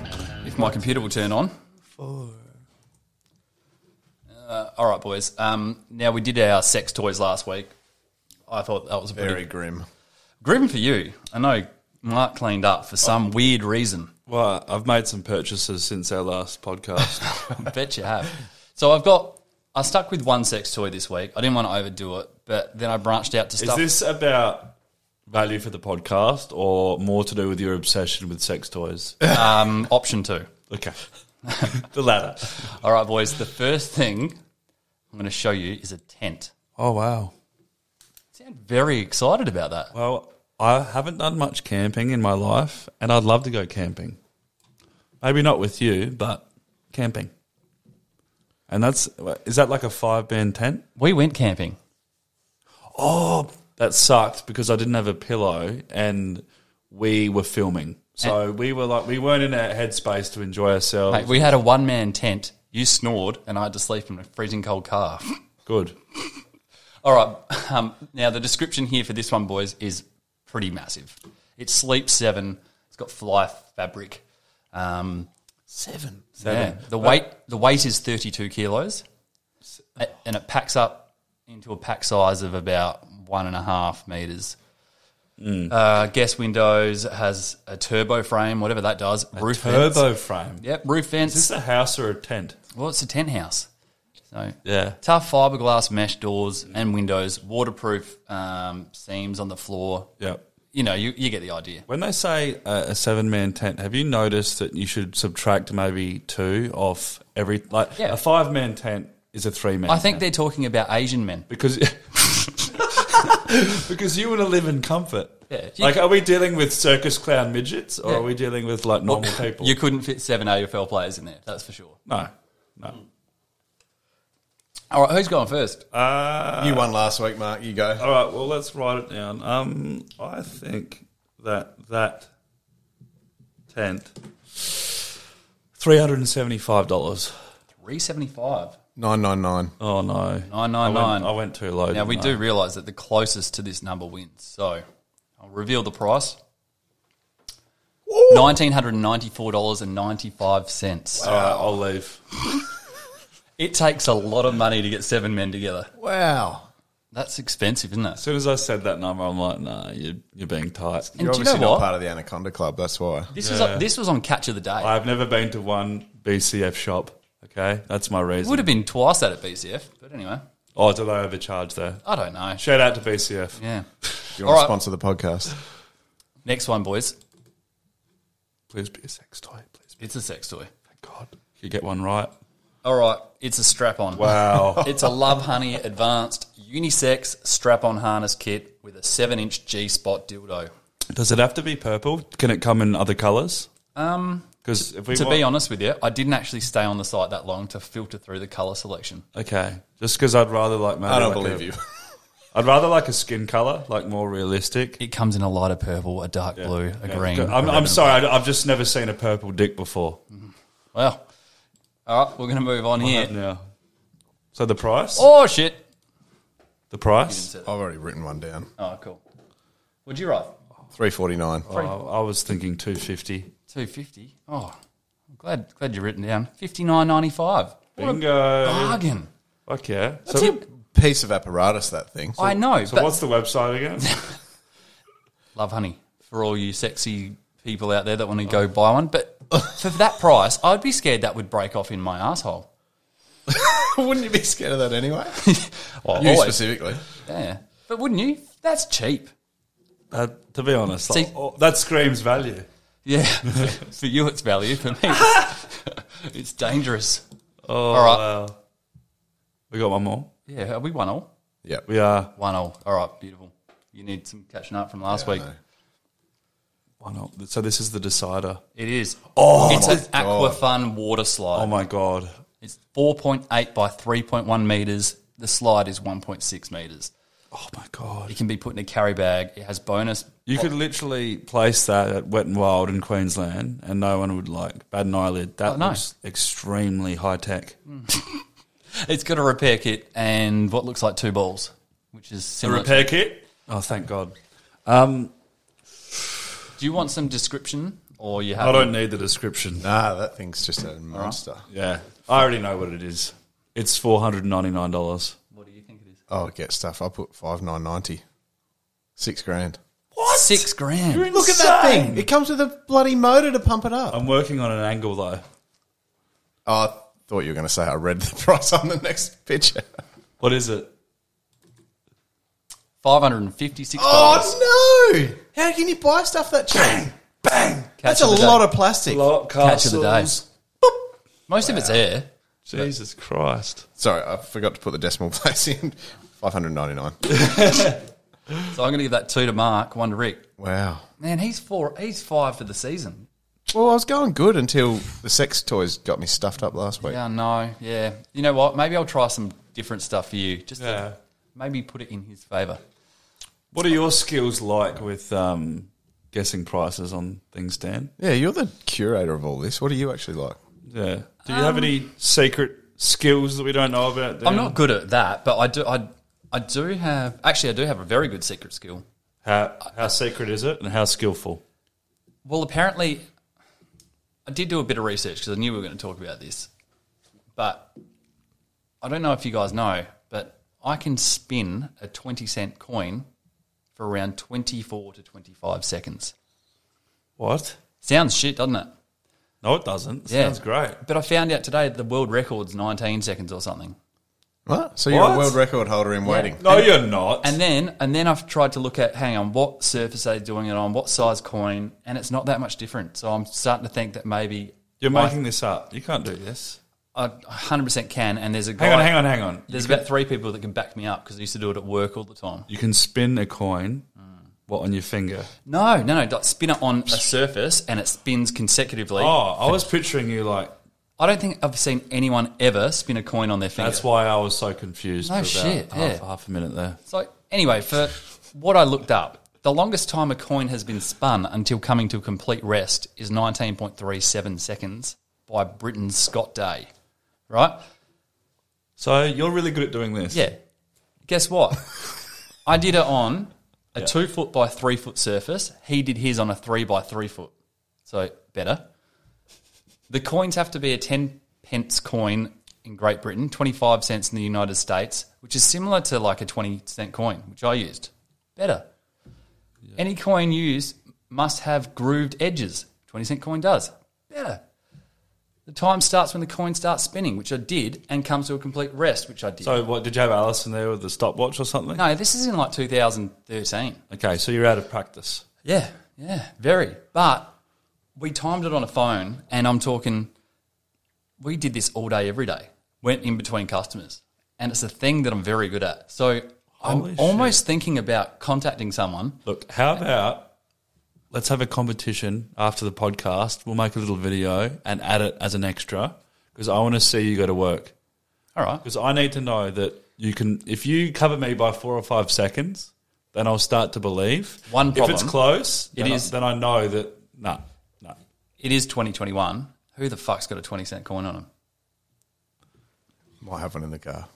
S4: If my computer will turn on. Uh, all right, boys. Um, now we did our sex toys last week. I thought that was a pretty
S2: Very grim.
S4: grim for you. I know Mark cleaned up for some weird reason.
S3: well, I've made some purchases since our last podcast. [LAUGHS]
S4: Bet you have. So I've got. I stuck with one sex toy this week. I didn't want to overdo it, but then I branched out to
S3: Is
S4: stuff.
S3: this about value for the podcast, or more to do with your obsession with sex toys?
S4: um, option two.
S3: [LAUGHS] Okay. [LAUGHS] the ladder.
S4: All right, boys. The first thing I'm going to show you is a tent.
S3: Oh, wow.
S4: You sound very excited about that.
S3: Well, I haven't done much camping in my life, and I'd love to go camping. Maybe not with you, but camping. And that's, is that like a five band tent?
S4: We went camping.
S3: Oh, that sucked because I didn't have a pillow and we were filming. So we were like, we weren't in our headspace to enjoy ourselves.
S4: Mate, we had a one man tent. You snored, and I had to sleep in a freezing cold car. [LAUGHS]
S3: Good.
S4: All right. Um, now, the description here for this one, boys, is pretty massive. It's Sleep 7. It's got fly fabric. Um, seven.
S3: Seven.
S4: Yeah. The, weight, the weight is 32 kilos, A- and it packs up into a pack size of about one and a half meters.
S3: Mm.
S4: Uh, guest windows it has a turbo frame, whatever that does. roof Fence.
S3: Turbo frame.
S4: Yep, roof fence.
S3: Is this a house or a tent?
S4: well, it's a tent house. So
S3: Yeah.
S4: tough fiberglass mesh doors and windows, waterproof um, seams on the floor.
S3: Yep.
S4: You know, you, you get the idea.
S3: When they say uh, a seven man tent, have you noticed that you should subtract maybe two off every like
S4: Yeah.
S3: a five man tent is a three man.
S4: I think they're talking about Asian men.
S3: because [LAUGHS] because you want to live in comfort.
S4: Yeah.
S3: Like, are we dealing with circus clown midgets or
S4: Yeah.
S3: are we dealing with like normal people?
S4: You couldn't fit seven AFL players in there, that's for sure.
S3: no, no.
S4: All right, who's going first?
S2: you won last week, Mark. You go.
S3: All right. Well, let's write it down. Um, I think that that tent three hundred and seventy five dollars.
S4: 375.
S2: Nine nine nine.
S3: Oh no. I went,
S4: 999.
S3: I went too low.
S4: Now,
S3: didn't
S4: we
S3: I?
S4: do realise that the closest to this number wins. So I'll reveal the price. $1,994.95.
S3: All right, I'll leave.
S4: It takes a lot of money to get seven men together.
S2: Wow.
S4: That's expensive, isn't it?
S3: As soon as I said that number, I'm like, nah, you're, you're being tight.
S4: And
S2: You're
S4: do you
S2: obviously
S4: know
S2: not
S4: what?
S2: part of the Anaconda Club. That's why.
S4: This was on, this was on Catch of the Day.
S3: I've never been to one BCF shop. Okay, that's my
S4: it
S3: reason.
S4: would have been twice that at BCF, but anyway,
S3: oh, do they overcharge there?
S4: I
S2: [LAUGHS]
S4: don't know.
S3: Shout out to BCF.
S4: Yeah.
S2: You
S4: All
S2: want to
S4: right,
S2: sponsor the podcast?
S4: next one, boys.
S3: Please be a sex toy. Please, be,
S4: It's a sex toy.
S3: thank God, you get one right.
S4: All right, it's a
S3: [LAUGHS]
S4: strap-on.
S3: Wow.
S4: It's a Love Honey Advanced Unisex Strap-on Harness Kit with a seven-inch G-spot dildo.
S3: Does it have to be purple? Can it come in other colours?
S4: Um,
S3: Because if we
S4: to
S3: want-
S4: be honest with you, I didn't actually stay on the site that long to filter through the color selection.
S3: okay, just because I'd rather like maybe
S2: I don't
S3: like
S2: believe
S3: a-
S2: you.
S3: I'd rather like a skin color, like more realistic.
S4: It comes in a lighter purple, a dark blue, a green. a
S3: I'm,
S4: red, and
S3: I'm
S4: a
S3: sorry, I- I've just never seen a purple dick before.
S4: Well, all right, we're going to move on here.
S3: Now, so the price,
S4: Oh shit!
S3: the
S2: [LAUGHS]
S3: price.
S2: I've already written one down.
S4: Oh cool. Would you write
S2: Three forty nine.
S3: Oh, I was thinking two fifty.
S4: two fifty? Oh, I'm glad glad you've written down fifty nine ninety five.
S3: Bingo.
S4: Bargain.
S3: Fuck yeah.
S2: It's
S3: So,
S2: a piece of apparatus that thing.
S4: I know.
S3: so
S4: but
S3: what's the website again?
S4: [LAUGHS] love honey for all you sexy people out there that want to go buy one? But for that price, I'd be scared that would break off in my asshole.
S2: [LAUGHS] Wouldn't you be scared of that [LAUGHS] anyway?
S4: Well,
S2: you
S4: always.
S2: specifically.
S4: Yeah, but wouldn't you? That's cheap.
S3: Uh, to be honest,
S4: See-
S3: like, oh, that screams value.
S4: Yeah, [LAUGHS] for you it's value. For me, [LAUGHS] it's, it's dangerous.
S3: Oh,
S4: All right.
S3: wow. we got one more.
S4: Yeah, are we one all?
S2: Yeah.
S3: We are
S4: One all. All right, beautiful. You need some catching up from last week.
S3: one up. So this is the decider.
S4: It is. Oh, it's an aqua fun water
S3: Oh
S4: slide.
S3: my god.
S4: It's four point eight by three point one meters. The slide is one point six meters.
S3: Oh my god.
S4: It can be put in a carry bag. It has bonus.
S3: You could literally place that at Wet and Wild in Queensland, and no one would like bat an eyelid. That
S4: Oh, no.
S3: looks extremely high tech.
S4: It's got a repair kit and what looks like two balls, which is similar. to-
S3: kit. Mm. Oh, thank God. Um,
S4: Do you want some description or you have?
S3: I don't need the description.
S2: Nah, that thing's just a monster.
S3: Yeah, I already know what it is. It's four hundred and ninety nine dollars.
S4: What do you think it is?
S2: Oh, get stuff. I put five nine ninety. Six grand.
S4: What? Six grand.
S2: Look at that thing. It comes with a bloody motor to pump it up.
S3: I'm working on an angle though.
S2: Oh, I thought you were going to say I read the [LAUGHS] price on the next picture.
S3: What is it?
S4: Five hundred and fifty-six
S2: [LAUGHS]
S4: dollars.
S2: Oh no! How can you buy stuff that cheap? Bang, bang. That's a
S4: of the day.
S2: lot of plastic.
S4: Catch of the day. Most of it's air.
S3: Jesus Christ.
S2: Sorry, I forgot to put the decimal [LAUGHS] place in. Five hundred ninety nine.
S4: So I'm going to give that two to Mark, one to Rick.
S2: Wow.
S4: Man, he's four. He's five for the season.
S2: Well, I was going good until the sex toys got me stuffed up last week.
S4: Yeah, no, yeah. You know what? Maybe I'll try some different stuff for you. Just to
S3: Yeah.
S4: maybe put it in his favour.
S3: What are your skills like with um, guessing prices on things, Dan?
S2: Yeah, you're the curator of all this. What do you actually like?
S3: Yeah. Do you have any secret skills that we don't know about? Dan?
S4: I'm not good at that, but I do. I I do have actually. I do have a very good secret skill.
S3: How, how secret is it, and how skillful?
S4: Well, apparently, I did do a bit of research because I knew we were going to talk about this. But I don't know if you guys know, but I can spin a 20 cent coin for around 24 to 25 seconds.
S3: What?
S4: Sounds shit, doesn't it?
S3: No, it doesn't.
S4: Yeah.
S3: Sounds great.
S4: But I found out today that the world record's 19 seconds or something.
S2: What? So you're
S3: What?
S2: a world record holder in waiting.
S3: No, you're not.
S4: And then and then I've tried to look at hang on, what surface are they doing it on, what size coin, and it's not that much different. So I'm starting to think that maybe
S3: you're making this up. You can't do this.
S4: I 100% can and there's a guy
S3: Hang on, hang on, hang on.
S4: There's about three people that can back me up because I used to do it at work all the time.
S3: You can spin a coin. What on your finger?
S4: No, no, no. Like spin it on a surface and it spins consecutively.
S3: Oh, I was picturing you like.
S4: I don't think I've seen anyone ever spin a coin on their finger.
S3: That's why I was so confused.
S4: No
S3: for about
S4: shit,
S3: Half,
S4: yeah.
S3: half a minute there.
S4: So anyway, for what I looked up, the longest time a coin has been spun until coming to a complete rest is 19.37 seconds by Britain's Scott Day. Right?
S3: So you're really good at doing this.
S4: Yeah. Guess what? I did it on a two foot by three foot surface. He did his on a three by three foot. So better. The coins have to be a 10 pence coin in Great Britain, 25 cents in the United States, which is similar to like a 20 cent coin, which I used. Better. Any coin used must have grooved edges. 20 cent coin does. Better. The time starts when the coin starts spinning, which I did, and comes to a complete rest, which I did.
S3: So what did you have Alison there with the stopwatch or something?
S4: No, this is in like 2013.
S3: Okay, so you're out of practice.
S4: Yeah, yeah, very. But we timed it on a phone, and I'm talking, we did this all day, every day, went in between customers. And it's a thing that I'm very good at. So
S3: Holy
S4: I'm almost thinking about contacting someone.
S3: Look, how about let's have a competition after the podcast. We'll make a little video and add it as an extra because I want to see you go to work.
S4: All right.
S3: Because I need to know that you can, if you cover me by four or five seconds, then I'll start to believe.
S4: One
S3: If it's
S4: problem.
S3: close,
S4: It
S3: then I-
S4: is-
S3: then I know that, no, no.
S4: It is 2021. Who the fuck's got a 20 cent coin on him?
S2: Might have one in the car.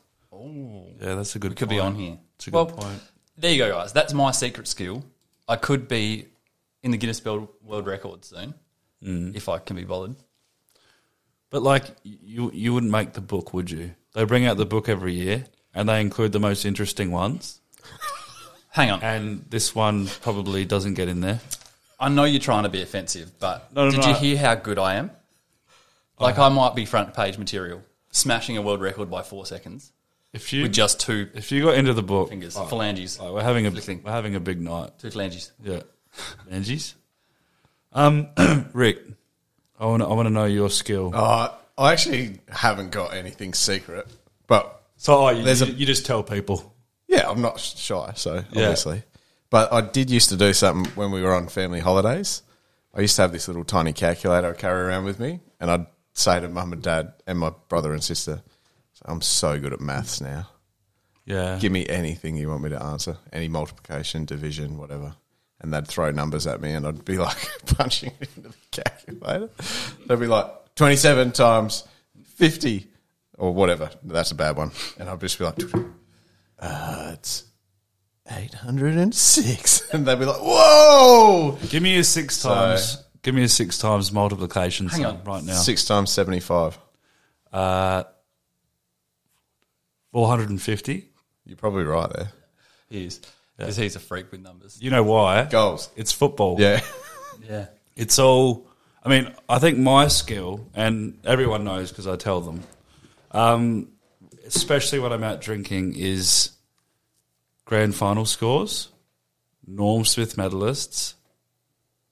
S3: Yeah, that's a good
S4: Could be on here.
S3: It's a good
S4: Well,
S3: point.
S4: There you go, guys. That's my secret skill. I could be in the Guinness World World Record soon
S3: Mm.
S4: if I can be bothered.
S3: But like you, you wouldn't make the book, would you? They bring out the book every year, and they include the most interesting ones.
S4: Hang on.
S3: And this one probably doesn't get in there.
S4: I know you're trying to be offensive, but
S3: No, no,
S4: did
S3: no.
S4: you hear how good I am? Like, I might be front page material, smashing a world record by four seconds
S3: If you Oh.
S4: with just two
S3: if you got into the book,
S4: fingers, phalanges,
S3: like, we're having a
S4: Flicking.
S3: we're having a big night.
S4: two phalanges.
S3: Yeah, Angie's. Um, [CLEARS THROAT] Rick, I want I want to know your skill.
S2: Uh, I actually haven't got anything secret, but
S3: so oh, you,
S2: there's a-
S3: you just tell people.
S2: yeah, I'm not shy, so obviously. But I did used to do something when we were on family holidays. I used to have this little tiny calculator I carry around with me, and I'd say to mum and dad and my brother and sister, "I'm so good at maths now.
S3: Yeah,
S2: Give me anything you want me to answer, any multiplication, division, whatever." And they'd throw numbers at me, and I'd be [LAUGHS] like punching it into the calculator. They'd be like twenty-seven times fifty or whatever. That's a bad one, and I'd just be like. Uh, it's 806. [LAUGHS] And they'd be like, whoa!
S3: give me a six times. Give me a six times multiplication. Hang
S4: on.
S3: right now.
S2: Six times 75.
S3: Four hundred and fifty.
S2: You're probably right there.
S4: He is. Because he's a freak with numbers.
S3: You know why?
S2: Goals.
S3: It's football.
S2: Yeah. [LAUGHS]
S4: Yeah.
S3: It's all. I mean, I think my skill, and everyone knows because I tell them, um, especially when I'm out drinking, is grand final scores, Norm Smith medalists,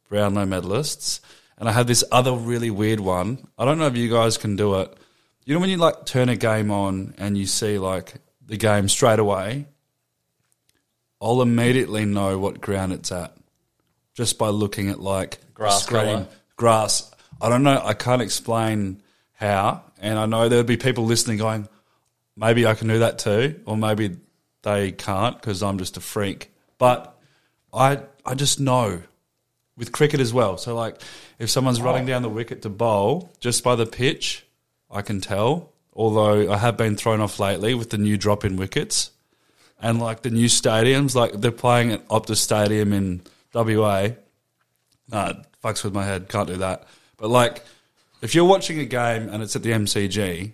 S3: Brownlow medalists, and I have this other really weird one. I don't know if you guys can do it. You know when you like turn a game on and you see like the game straight away. I'll immediately know what ground it's at just by looking at like
S4: Grass
S3: screen,
S4: colour.
S3: grass. I don't know. I can't explain how, and I know there'll be people listening going, maybe I can do that too, or maybe they can't because I'm just a freak. But I I just know with cricket as well. So like if someone's running down the wicket to bowl just by the pitch, I can tell. Although I have been thrown off lately with the new drop in wickets and like the new stadiums, like they're playing at Optus Stadium in WA. Nah, it fucks with my head. Can't do that. But like, if you're watching a game and it's at the MCG,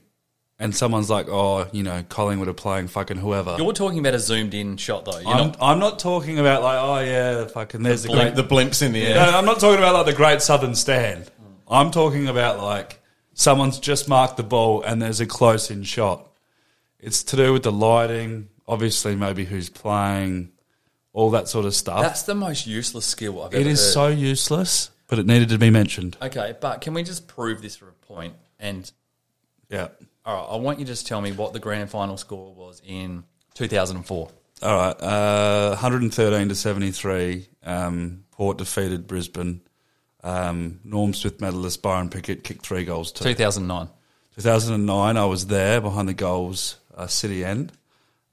S3: and someone's like, "Oh, you know, Collingwood are playing fucking whoever,"
S4: You're talking about a zoomed in shot, though. You're
S3: I'm,
S4: not.
S3: I'm not talking about like, "Oh yeah, fucking there's the great."
S2: the blimps in the air.
S3: No, I'm not talking about like the Great Southern Stand. I'm talking about like someone's just marked the ball and there's a close in shot. It's to do with the lighting, obviously, maybe who's playing, all that sort of stuff.
S4: That's the most useless skill I've ever
S3: it is
S4: heard.
S3: so useless, but it needed to be mentioned.
S4: Okay, but can we just prove this for a point? And
S3: Yeah.
S4: all right, I want you to just tell me what the grand final score was in 2004.
S3: All right. Uh, 113 to 73. Um, Port defeated Brisbane. Um, Norm Smith medalist Byron Pickett kicked three goals to
S4: 2009.
S3: 2009, I was there behind the goals, uh, City End,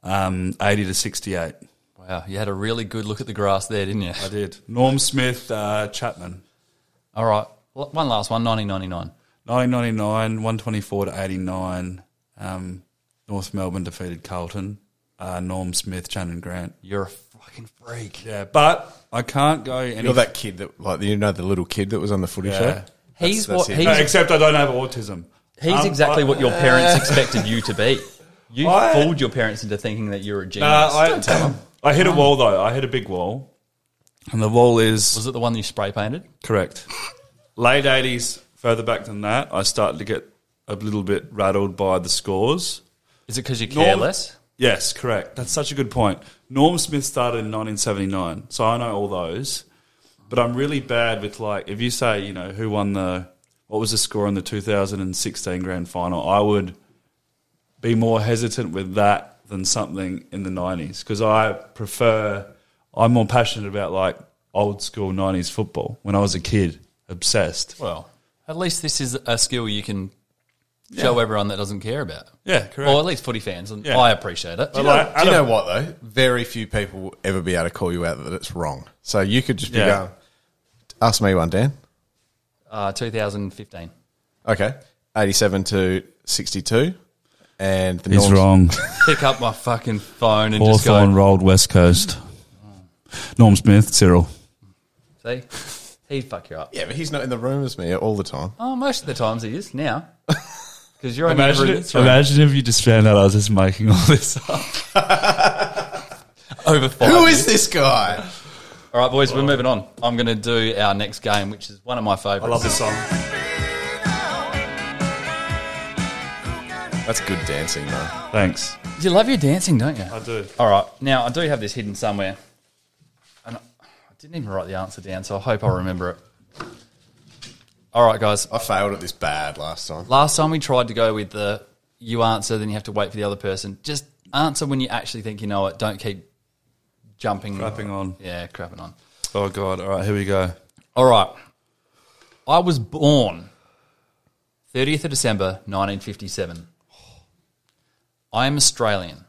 S3: um, 80 to 68.
S4: Wow, you had a really good look at the grass there, didn't you?
S3: I did. Norm Smith, uh, Chapman,
S4: All right, l- one last one, 1999.
S3: 1999, 124 to 89. Um, North Melbourne defeated Carlton. Uh, Norm Smith, Shannon Grant.
S4: You're a fucking freak.
S3: Yeah, but I can't go any.
S2: You're that kid that, like, you know, the little kid that was on the footy show?
S3: Yeah.
S4: He's
S2: That's-
S4: what
S2: that's
S4: he's,
S3: No, except I don't have autism.
S4: he's
S3: Um,
S4: exactly
S3: I-
S4: what
S2: [LAUGHS]
S4: your parents expected you to be. You
S3: I-
S4: fooled your parents into thinking that you're a genius.
S3: Uh, I, I hit a wall though. I hit a big wall, and the wall is
S4: was it the one you spray painted?
S3: Correct. Late eighties, further back than that, I started to get a little bit rattled by the scores.
S4: Is it because you care
S3: Norm-
S4: less?
S3: Yes, correct. That's such a good point. Norm Smith started in nineteen seventy nine, so I know all those. But I'm really bad with like if you say, you know, who won the what was the score in the two thousand and sixteen grand final, I would be more hesitant with that than something in the nineties because I prefer I'm more passionate about like old school 90s football when I was a kid, obsessed.
S4: Well, at least this is a skill you can show everyone that doesn't care about.
S3: Yeah, correct.
S4: Or at least footy fans, and
S3: Yeah.
S4: I appreciate it.
S3: But like,
S2: Do you
S3: Adam-
S2: know what though? Very few people will ever be able to call you out that it's wrong. So you could just be
S3: Yeah.
S2: going, ask me one, Dan.
S4: Uh, 2015.
S2: Okay, eighty-seven to sixty-two, and the
S3: He's
S2: norms-
S3: wrong.
S4: Pick up my fucking phone and just
S3: Hawthorne
S4: go.
S3: rolled West Coast. Norm Smith, Cyril.
S4: See, he'd fuck you up.
S2: Yeah, but he's not in the room as me all the time.
S4: Oh, most of the times he
S3: [LAUGHS]
S4: is now. Because you're only
S3: Imagine,
S4: ever in
S3: it,
S4: this room
S3: imagine if you just found out I was just making all this up.
S4: over five.
S2: Who
S4: years.
S2: is this guy?
S4: All right, boys, we're moving on. I'm going to do our next game, which is one of my favorites.
S3: this song.
S2: That's good dancing though.
S3: Thanks.
S4: You love your dancing, don't you?
S3: I do.
S4: All right. Now, I do have this hidden somewhere. And I I didn't even write the answer down, so I hope I remember it. All right, guys.
S2: I failed at this bad last time.
S4: Last time we tried to go with the you answer, then you have to wait for the other person. Just answer when you actually think you know it. Don't keep jumping.
S3: Crapping on.
S4: Yeah, crapping on.
S3: Oh, God. All right, here we go.
S4: All right. I was born 30th of December 1957. I am Australian.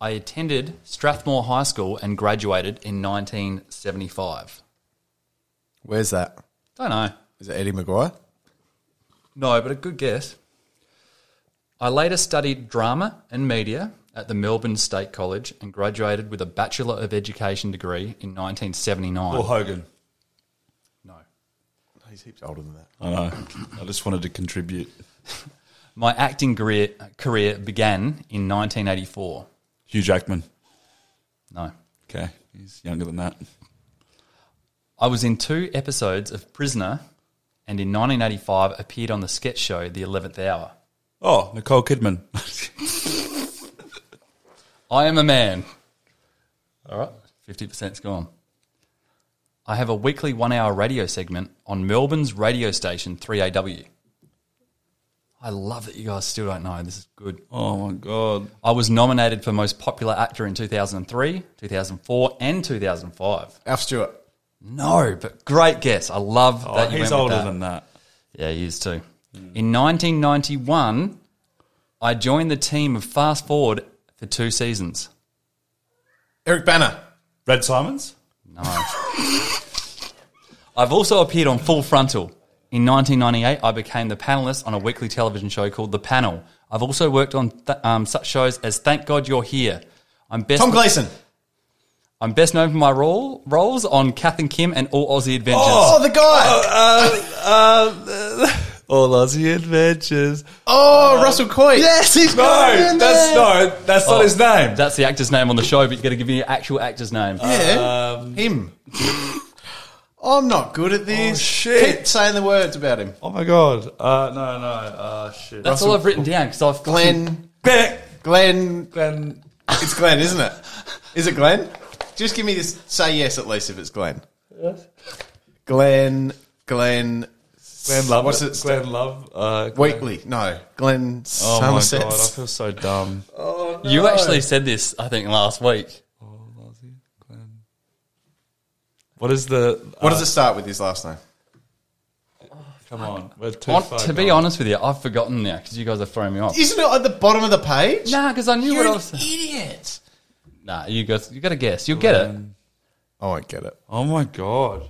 S4: I attended Strathmore High School and graduated in 1975.
S2: Where's that?
S4: Don't know.
S2: Is it Eddie Maguire?
S4: No, but a good guess. I later studied drama and media at the Melbourne State College and graduated with a Bachelor of Education degree in 1979.
S3: Paul Hogan.
S4: No.
S2: He's heaps older than that.
S3: I know. I just wanted to contribute.
S4: My acting career, career began in 1984.
S3: Hugh Jackman.
S4: No.
S3: Okay. He's younger than that.
S4: I was in two episodes of Prisoner and in 1985 appeared on the sketch show The 11th Hour.
S3: Oh, Nicole Kidman.
S4: I am a man. All right. 50%'s gone. I have a weekly one hour radio segment on Melbourne's radio station 3AW. I love that you guys still don't know. This is good.
S3: [LAUGHS] oh, my God.
S4: I was nominated for Most Popular Actor in 2003, 2004, and 2005.
S2: Alf Stewart.
S4: No, but great guess. I love
S3: Oh,
S4: that you
S3: he's
S4: went with
S3: older
S4: that.
S3: than that.
S4: Yeah, he is too. In 1991, I joined the team of Fast Forward for two seasons.
S2: Eric Banner.
S3: Red Simons?
S4: No. I've also appeared on Full Frontal. In 1998, I became the panelist on a weekly television show called The Panel. I've also worked on th- um, such shows as Thank God You're Here. I'm best,
S2: Tom Gleason.
S4: I'm best known for my role, roles on Kath and Kim and All Aussie Adventures.
S2: Oh, the
S3: Uh,
S2: guy.
S3: [LAUGHS] All Aussie Adventures.
S2: Oh, Russell Coy. Yes, he's
S3: No, that's no, that's not his name.
S4: That's the actor's name on the show, but you got to give me your actual actor's name.
S2: Yeah, him. I'm not good at this.
S3: Oh, shit.
S2: Keep saying the words about him.
S3: oh my god. Uh, no, no. Uh, shit.
S4: That's all I've written down because I've
S2: Glenn. Glenn.
S3: Glenn.
S2: It's Glenn, isn't it? Is it Glenn? Just give me this. Say yes at least if it's Glenn. Glenn. Glenn.
S3: Glenn Love.
S2: What's
S3: What's
S2: it?
S3: it? Glenn Love. Uh, Glenn-
S2: Weekly. No. Glenn
S3: Oh my
S2: Somerset.
S3: god. I feel so dumb.
S4: You actually said this, I think, last week.
S3: Oh, What is the?
S2: What does it start with his last name?
S3: Come on. We're too
S4: Hon-
S3: far
S4: to be
S3: gone.
S4: honest with you, I've forgotten now because you guys are throwing me off.
S2: Isn't it at the bottom of the page?
S4: Nah, because I knew
S2: You're
S4: what I
S2: an
S4: was.
S2: idiot.
S4: Nah, you guys, you got to guess. You'll get it.
S2: I won't get it.
S3: Oh my god.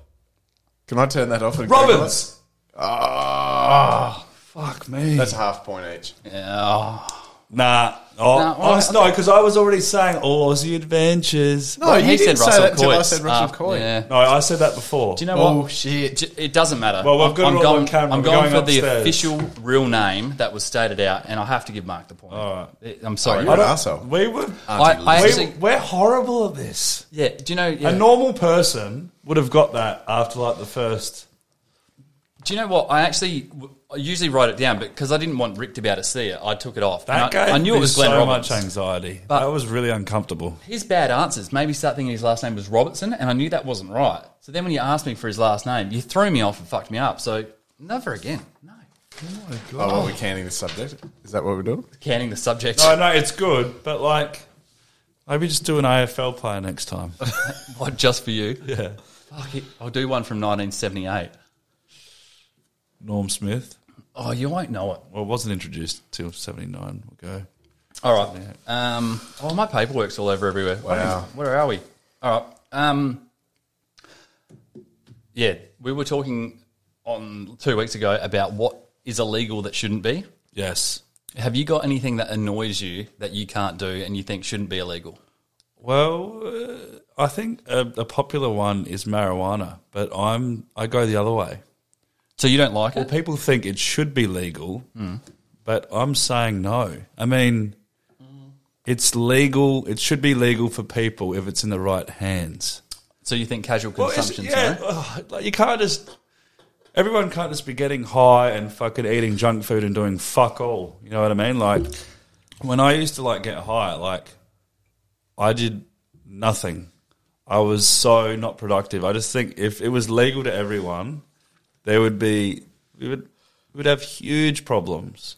S2: Can I turn that off? And
S3: Robbins.
S2: Ah,
S3: Fuck me.
S2: that's a half point each.
S4: Oh,
S3: nah. Oh,
S4: Nah,
S3: I was-
S4: alright,
S3: no, because I was already saying All Aussie Adventures.
S2: No, Oh, you didn't say that until I said Russell Ah, Coy.
S4: Ah, Yeah. Do
S3: No, I said that before.
S4: you know
S2: Oh
S4: what?
S2: shit!
S4: J- It doesn't matter.
S3: Well, we've got it
S4: I'm
S3: all on
S4: going,
S3: camera.
S4: I'm
S3: We're
S4: going,
S3: going
S4: for the
S3: upstairs.
S4: official real name that was stated out, and I have to give Mark the point. All right. I'm sorry.
S2: You're
S4: I
S2: an
S4: don't-
S2: asshole.
S3: we were.
S4: I, I
S3: we,
S4: actually,
S3: we're horrible at this.
S4: yeah. Do you know? yeah.
S3: A normal person would have got that after like the first.
S4: Do you know what? I actually w- I usually write it down, but because I didn't want Rick to be able to see it, I took it off.
S3: That
S4: And I,
S3: gave
S4: I knew
S3: me
S4: it was Glenn
S3: so
S4: Roberts.
S3: much anxiety.
S4: But-
S3: that was really
S4: [LAUGHS]
S3: uncomfortable.
S4: His bad answers maybe start thinking his last name was Robertson, and I knew that wasn't right. So then when you asked me for his last name, you threw me off and fucked me up. So never again. No.
S2: Oh, well, we're canning the subject. Is that what we're doing?
S4: [LAUGHS] Canning the subject.
S3: No, no, it's good, but like Maybe just do an AFL player next
S4: [LAUGHS]
S3: time.
S4: What, just for you?
S3: yeah.
S4: Fuck it. I'll do one from 1978.
S3: Norm Smith.
S4: Oh, you won't know it.
S3: Well, wasn't introduced till 79 ago.
S4: All right. Um, oh, my paperwork's all over everywhere. Wow. Where are we? All right. Um, yeah, we were talking on two weeks ago about what is illegal that shouldn't be.
S3: Yes.
S4: Have you got anything that annoys you that you can't do and you think shouldn't be illegal?
S3: Well, uh, I think a, a popular one is marijuana, but I'm I go the other way.
S4: So you don't like
S3: Well,
S4: it?
S3: people think it should be legal, but I'm saying no. I mean, it's legal. It should be legal for people if it's in the right hands.
S4: So you think casual
S3: Well, it's-
S4: consumption's
S3: yeah,
S4: no?
S3: ugh, like you can't just. Everyone can't just be getting high and fucking eating junk food and doing fuck all. You know what I mean? Like when I used to like get high, like I did nothing. I was so not productive. I just think if it was legal to everyone, there would be we would we would have huge problems,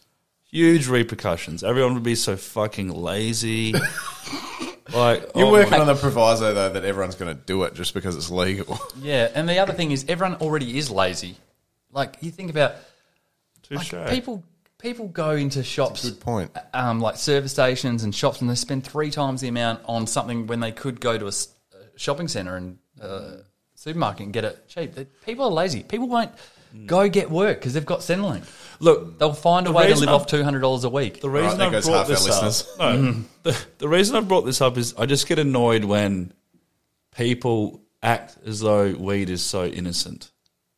S3: huge repercussions. Everyone would be so fucking lazy. like
S2: You're
S3: oh my
S2: working on the [LAUGHS] proviso though that everyone's going to do it just because it's legal.
S4: Yeah, and the other thing is everyone already is lazy. Like you think about
S3: touche.
S4: people people go into
S2: [LAUGHS]
S4: shops
S2: Good point.
S4: um, like service stations and shops, and they spend three times the amount on something when they could go to a, s- a shopping center and uh, supermarket and get it cheap. They- people are lazy. People won't
S3: Mm.
S4: go get work because they've got Centrelink.
S3: Look,
S4: They'll find a way to
S3: reason
S4: live
S3: I'm-
S4: off two hundred dollars a week.
S3: The reason
S2: Alright, there
S3: I
S2: goes
S3: brought
S2: half our
S3: this
S2: listeners.
S3: up, no, the, the reason I brought this up is I just get annoyed when people act as though weed is so innocent.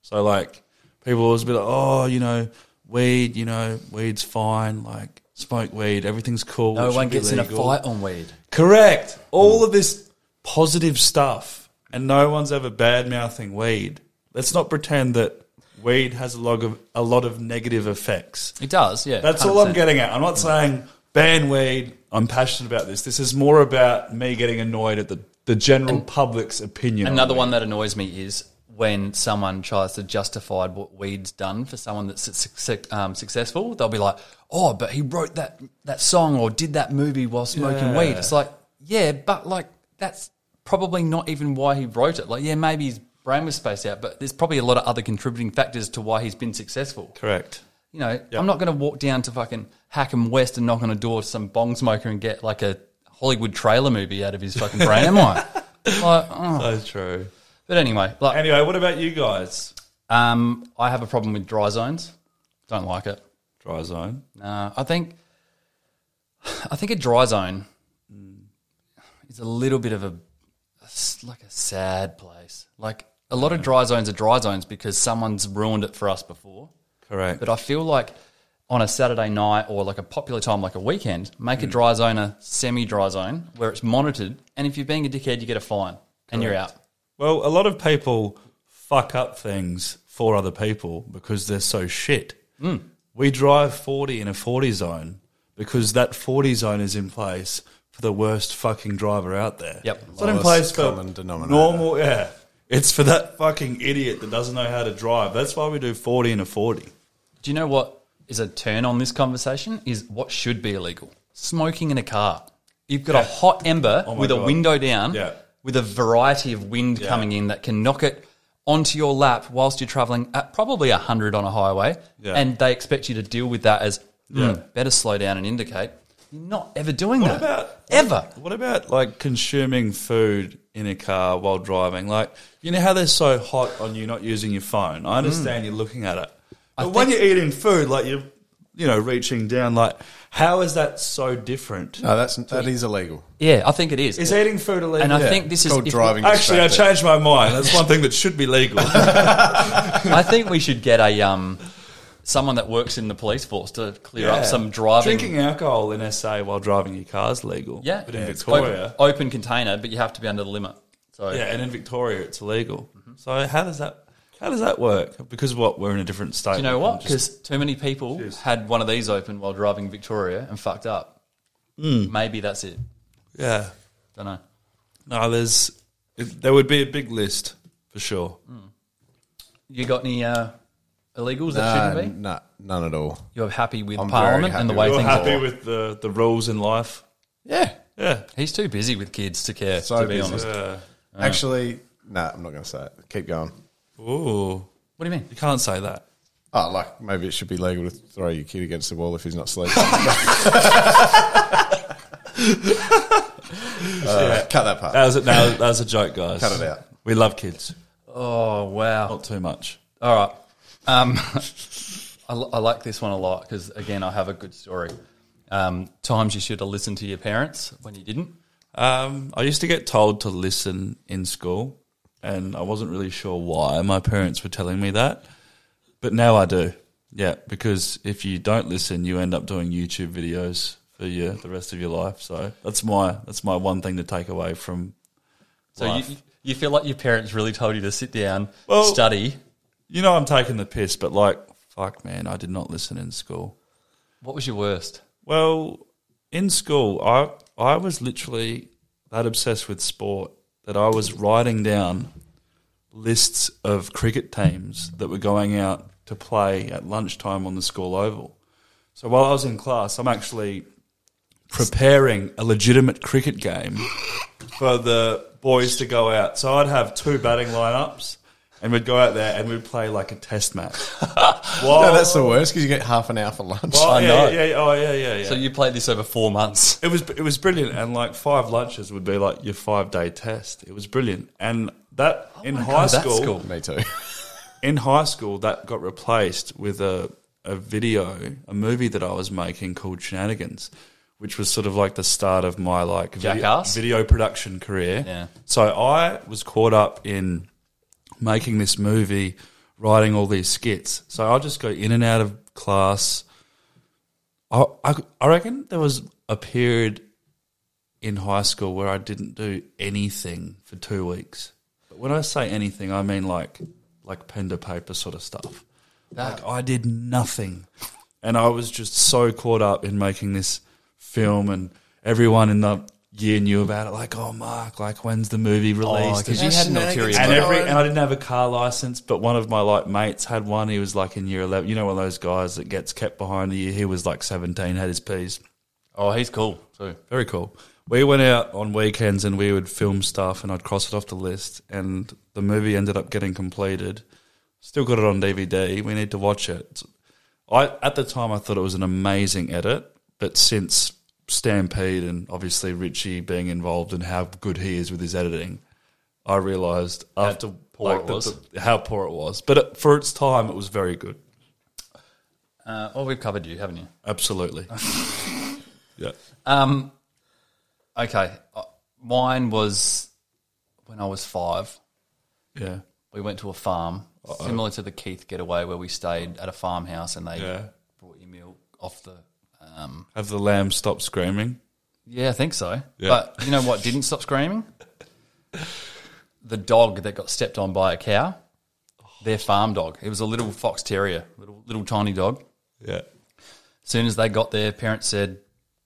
S3: So like people always be like, oh, you know, weed, you know, weed's fine. Like smoke weed, everything's cool. it
S4: no
S3: should
S4: one
S3: be
S4: gets in a
S3: legal."
S4: fight on weed.
S3: Correct. All of this positive stuff, and no one's ever bad mouthing weed. Let's not pretend that weed has a lot of a lot of negative effects.
S4: It does, yeah.
S3: That's all I'm
S4: 100%.
S3: getting at. I'm not saying ban weed. I'm passionate about this. This is more about me getting annoyed at the, the general public's opinion. on
S4: Another
S3: weed.
S4: one that annoys me is when someone tries to justify what weed's done for someone that's su- su- um, successful. They'll be like, "Oh, but he wrote that that song or did that movie while smoking
S3: Yeah.
S4: weed." It's like, yeah, but like that's probably not even why he wrote it. Like, yeah, maybe his brain was spaced out, but there's probably a lot of other contributing factors to why he's been successful.
S3: Correct.
S4: You know, I'm not going to walk down to fucking Hackham West and knock on a door to some bong smoker and get like a Hollywood trailer movie out of his fucking brain, am I? Like, oh.
S3: So true.
S4: But anyway, like,
S3: Anyway, what about you guys?
S4: Um, I have a problem with dry zones. Don't like it.
S3: Dry zone.
S4: Uh, I think, I think a dry zone is a little bit of a, a s- like a sad place. Like a lot of dry zones are dry zones because someone's ruined it for us before.
S3: Correct.
S4: But I feel like on a Saturday night or like a popular time, like a weekend, make a dry zone a semi-dry zone where it's monitored, and if you're being a dickhead, you get a fine and you're out.
S3: well, a lot of people fuck up things for other people because they're so shit. We drive 40 in a 40 zone because that 40 zone is in place for the worst fucking driver out there.
S4: Yep.
S3: It's not in place
S2: Lowest
S3: for
S2: common denominator.
S3: normal, yeah. It's for that fucking idiot that doesn't know how to drive. That's why we do 40 in a 40.
S4: Do you know what is a turn on this conversation? Is what should be illegal. Smoking in a car. You've got a hot ember
S3: Oh my
S4: with a
S3: God.
S4: window down,
S3: Yeah.
S4: with a variety of wind coming in that can knock it onto your lap whilst you're traveling at probably 100 on a highway.
S3: Yeah.
S4: And they expect you to deal with that as
S3: Yeah.
S4: "Hmm, better slow down and indicate. You're not ever doing that.
S3: about-
S4: ever.
S3: What about like consuming food in a car while driving? Like, you know how they're so hot on you not using your phone? I understand you're looking at it. But when
S4: Mm. think-
S3: you're eating food, like you're, you know, reaching down, like, how is that so different?
S2: No, that's that is illegal.
S4: Yeah, I think it is.
S3: Is eating food illegal?
S4: and I think this
S2: It's
S4: is
S2: called
S4: if-
S2: driving.
S3: Actually, I
S2: distracted.
S3: changed my mind. That's one thing that should be
S4: [LAUGHS]
S3: legal.
S4: [LAUGHS] I think we should get a um, someone that works in the police force to clear up some driving
S3: Drinking alcohol in SA while driving your car is legal.
S4: Yeah,
S3: But in
S4: it's
S3: Victoria.
S4: open, open container, but you have to be under the limit. So
S3: Yeah, and in Victoria it's illegal.
S4: Mm-hmm.
S3: So how does that how does that work? Because what we're in a different state.
S4: you know
S3: we
S4: what?
S3: can just-
S4: Because too many people had one of these open while driving Victoria and fucked up.
S2: Hmm.
S4: Maybe that's it.
S3: yeah,
S4: Don't know.
S3: no, there's it, there would be a big list for sure.
S4: You got any uh, illegals that shouldn't be?
S2: no, Uh, none at all.
S4: You're happy with
S2: I'm very
S4: Parliament
S2: happy
S4: and the
S2: with
S4: way
S2: it.
S3: You're
S4: things
S3: happy
S4: are.
S3: with the the rules in life.
S2: Yeah,
S4: He's too busy with kids to care,
S2: So
S4: to be
S2: busy.
S4: honest.
S3: Uh,
S4: Oh.
S2: Actually, no, I'm not going to say it. Keep going.
S3: Ooh,
S4: What do you mean?
S3: you can't say that.
S2: Oh, like maybe it should be legal to throw your kid against the wall if he's not
S4: [LAUGHS]
S2: sleeping. [LAUGHS] Uh, Cut that part.
S3: That was a, no, that was a joke, guys.
S2: Cut it out.
S3: We love kids,
S4: Oh, wow.
S3: not too much.
S2: Oh.
S4: All right. Um, [LAUGHS] I, li- I like this one a lot because, again, I have a good story. Um, times you should have listened to your parents when you didn't.
S3: Um, I used to get told to listen in school, and I wasn't really sure why my parents were telling me that, but now I do. Yeah, because if you don't listen, you end up doing YouTube videos for your, the rest of your life. So that's my that's my one thing to take away from.
S4: So you,
S3: life.
S4: you feel like your parents really told you to sit down,
S3: Well-
S4: study.
S3: You know, I'm taking the piss, but like, fuck, man, I did not listen in school.
S4: What was your worst?
S3: Well, in school, I I was literally that obsessed with sport that I was writing down lists of cricket teams that were going out to play at lunchtime on the school oval. So while I was in class, I'm actually preparing a legitimate cricket game for the boys to go out. So I'd have two batting lineups and we'd go out there and we'd play like a test match.
S2: [LAUGHS]
S3: While-
S2: No, that's the worst because you get half an hour for lunch.
S3: Oh,
S4: I
S3: yeah,
S4: know.
S3: Yeah, yeah, oh, yeah, yeah, yeah.
S4: So you played this over four months.
S3: It was it was brilliant, and like five lunches would be like your five day test. It was brilliant, and that in
S4: Oh my
S3: high
S4: God, that's
S3: school,
S4: cool.
S2: Me too.
S3: in high school that got replaced with a a video, a movie that I was making called Shenanigans, which was sort of like the start of my like video,
S4: Jackass?
S3: video production career.
S4: Yeah.
S3: So I was caught up in making this movie, writing all these skits. So I just go in and out of class. I, I, I reckon there was a period in high school where I didn't do anything for two weeks. But when I say anything, I mean like like pen to paper sort of stuff. Like I did nothing, and I was just so caught up in making this film, and everyone in the year knew about it. Like, oh, Mark, like when's the movie released?
S4: because you had an ulterior
S3: and
S4: motive.
S3: every and I didn't have a car license, but one of my like mates had one. He was like in year eleven. You know, one of those guys that gets kept behind the year. He was like seventeen, had his P's.
S4: Oh, he's cool too.
S3: Very cool. We went out on weekends and we would film stuff, and I'd cross it off the list. And the movie ended up getting completed. Still got it on DVD. We need to watch it. I at the time I thought it was an amazing edit, but since Stampede and obviously Richie being involved and how good he is with his editing, I realised after
S4: poor
S3: like,
S4: it
S3: the-
S4: was.
S3: the- how poor it was. But it, for its time, it was very good.
S4: Uh, well, we've covered you, haven't you? [LAUGHS]
S3: Absolutely. yeah.
S4: Um, okay. Uh, Mine was when I was five.
S3: Yeah.
S4: We went to a farm, similar to the Keith getaway, where we stayed at a farmhouse and they
S3: Yeah.
S4: brought you milk off the. Um,
S3: Have the lamb stop screaming.
S4: yeah, I think so. But you know what didn't stop screaming? The dog that got stepped on by a cow, their farm dog. It was a little fox terrier, little little tiny dog.
S3: Yeah.
S4: soon as they got there, parents said,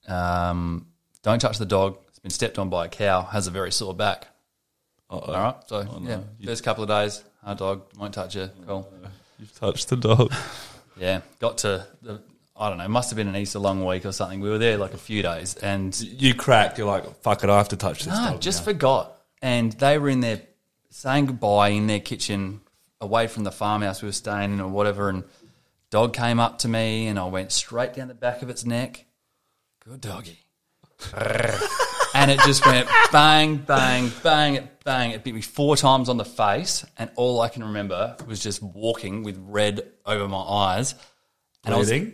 S4: um, "Don't touch the dog. It's been stepped on by a cow. Has a very sore back."
S3: Oh.
S4: All right. So yeah, first couple of days, our dog won't touch you. Cool.
S3: You've touched the dog.
S4: Yeah. Got to the. I don't know. Must have been an Easter long week or something. We were there like a few days, and
S3: [LAUGHS] You cracked. You're like, fuck it, I have to touch this [GASPS]
S4: No,
S3: dog.
S4: Ah, just forgot. And they were in their saying goodbye in their kitchen, away from the farmhouse we were staying in or whatever. And dog came up to me, and I went straight down the back of its neck. Good
S3: [LAUGHS]
S4: doggy. and it just went bang, bang, bang, it bang. It bit me four times on the face, and all I can remember was just walking with red over my eyes. And
S3: Bleeding?
S4: I was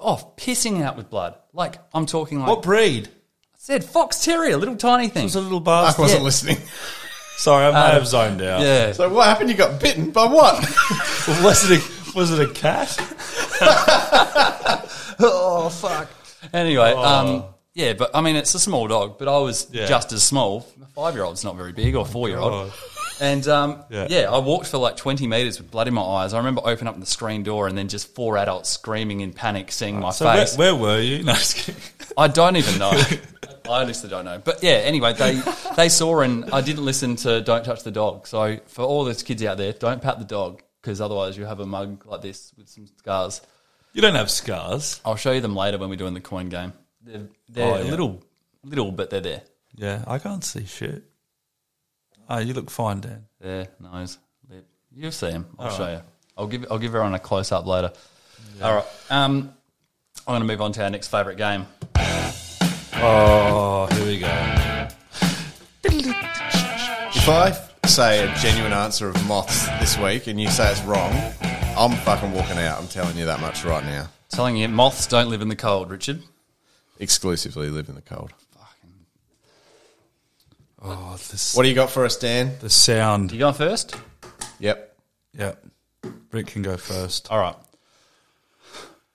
S4: off, pissing out with blood. Like I'm talking like
S3: What breed?
S4: said, fox terrier, little tiny thing.
S3: It's a little
S2: Mark
S3: bastard.
S2: wasn't
S4: Yeah.
S2: listening.
S3: Sorry, I may have zoned out.
S4: Yeah.
S2: So what happened? You got bitten by what?
S4: [LAUGHS]
S3: Was it a, [LAUGHS] was it a cat?
S4: oh fuck. Anyway, um, yeah, but I mean, it's a small dog, but I was
S3: Oh. Yeah.
S4: just as small. A five-year-old's not very big, or four-year-old.
S3: God.
S4: And um,
S3: Yeah.
S4: yeah. I walked for like twenty meters with blood in my eyes. I remember opening up the screen door and then just four adults screaming in panic, seeing my
S3: So where,
S4: face.
S3: where were you? [LAUGHS] No, just kidding.
S4: I don't
S3: [LAUGHS]
S4: even know. I honestly don't know. But yeah, anyway, they they saw and I didn't listen to "Don't Touch the Dog." So for all those kids out there, don't pat the dog because otherwise you have a mug like this with some scars.
S3: You don't have scars.
S4: I'll show you them later when we're doing the coin game. They're, they're
S3: Oh, yeah.
S4: little Little, but they're there.
S3: Yeah, I can't see shit. Oh, you look fine, Dan.
S4: There, nose, lip. You'll see him. I'll show you. I'll give I'll give everyone a close up later. All right. Um, I'm going to move on to our next favourite game.
S3: Oh, here we go.
S2: If I say a genuine answer of moths this week and you say it's wrong, I'm fucking walking out. I'm telling you that much right now.
S4: Telling you, moths don't live in the cold, Richard.
S2: Exclusively live in the cold.
S3: Oh, this,
S2: What do you got for us, Dan?
S3: the sound.
S4: You going first?
S2: Yep.
S3: Yeah. Rick can go first.
S4: All right.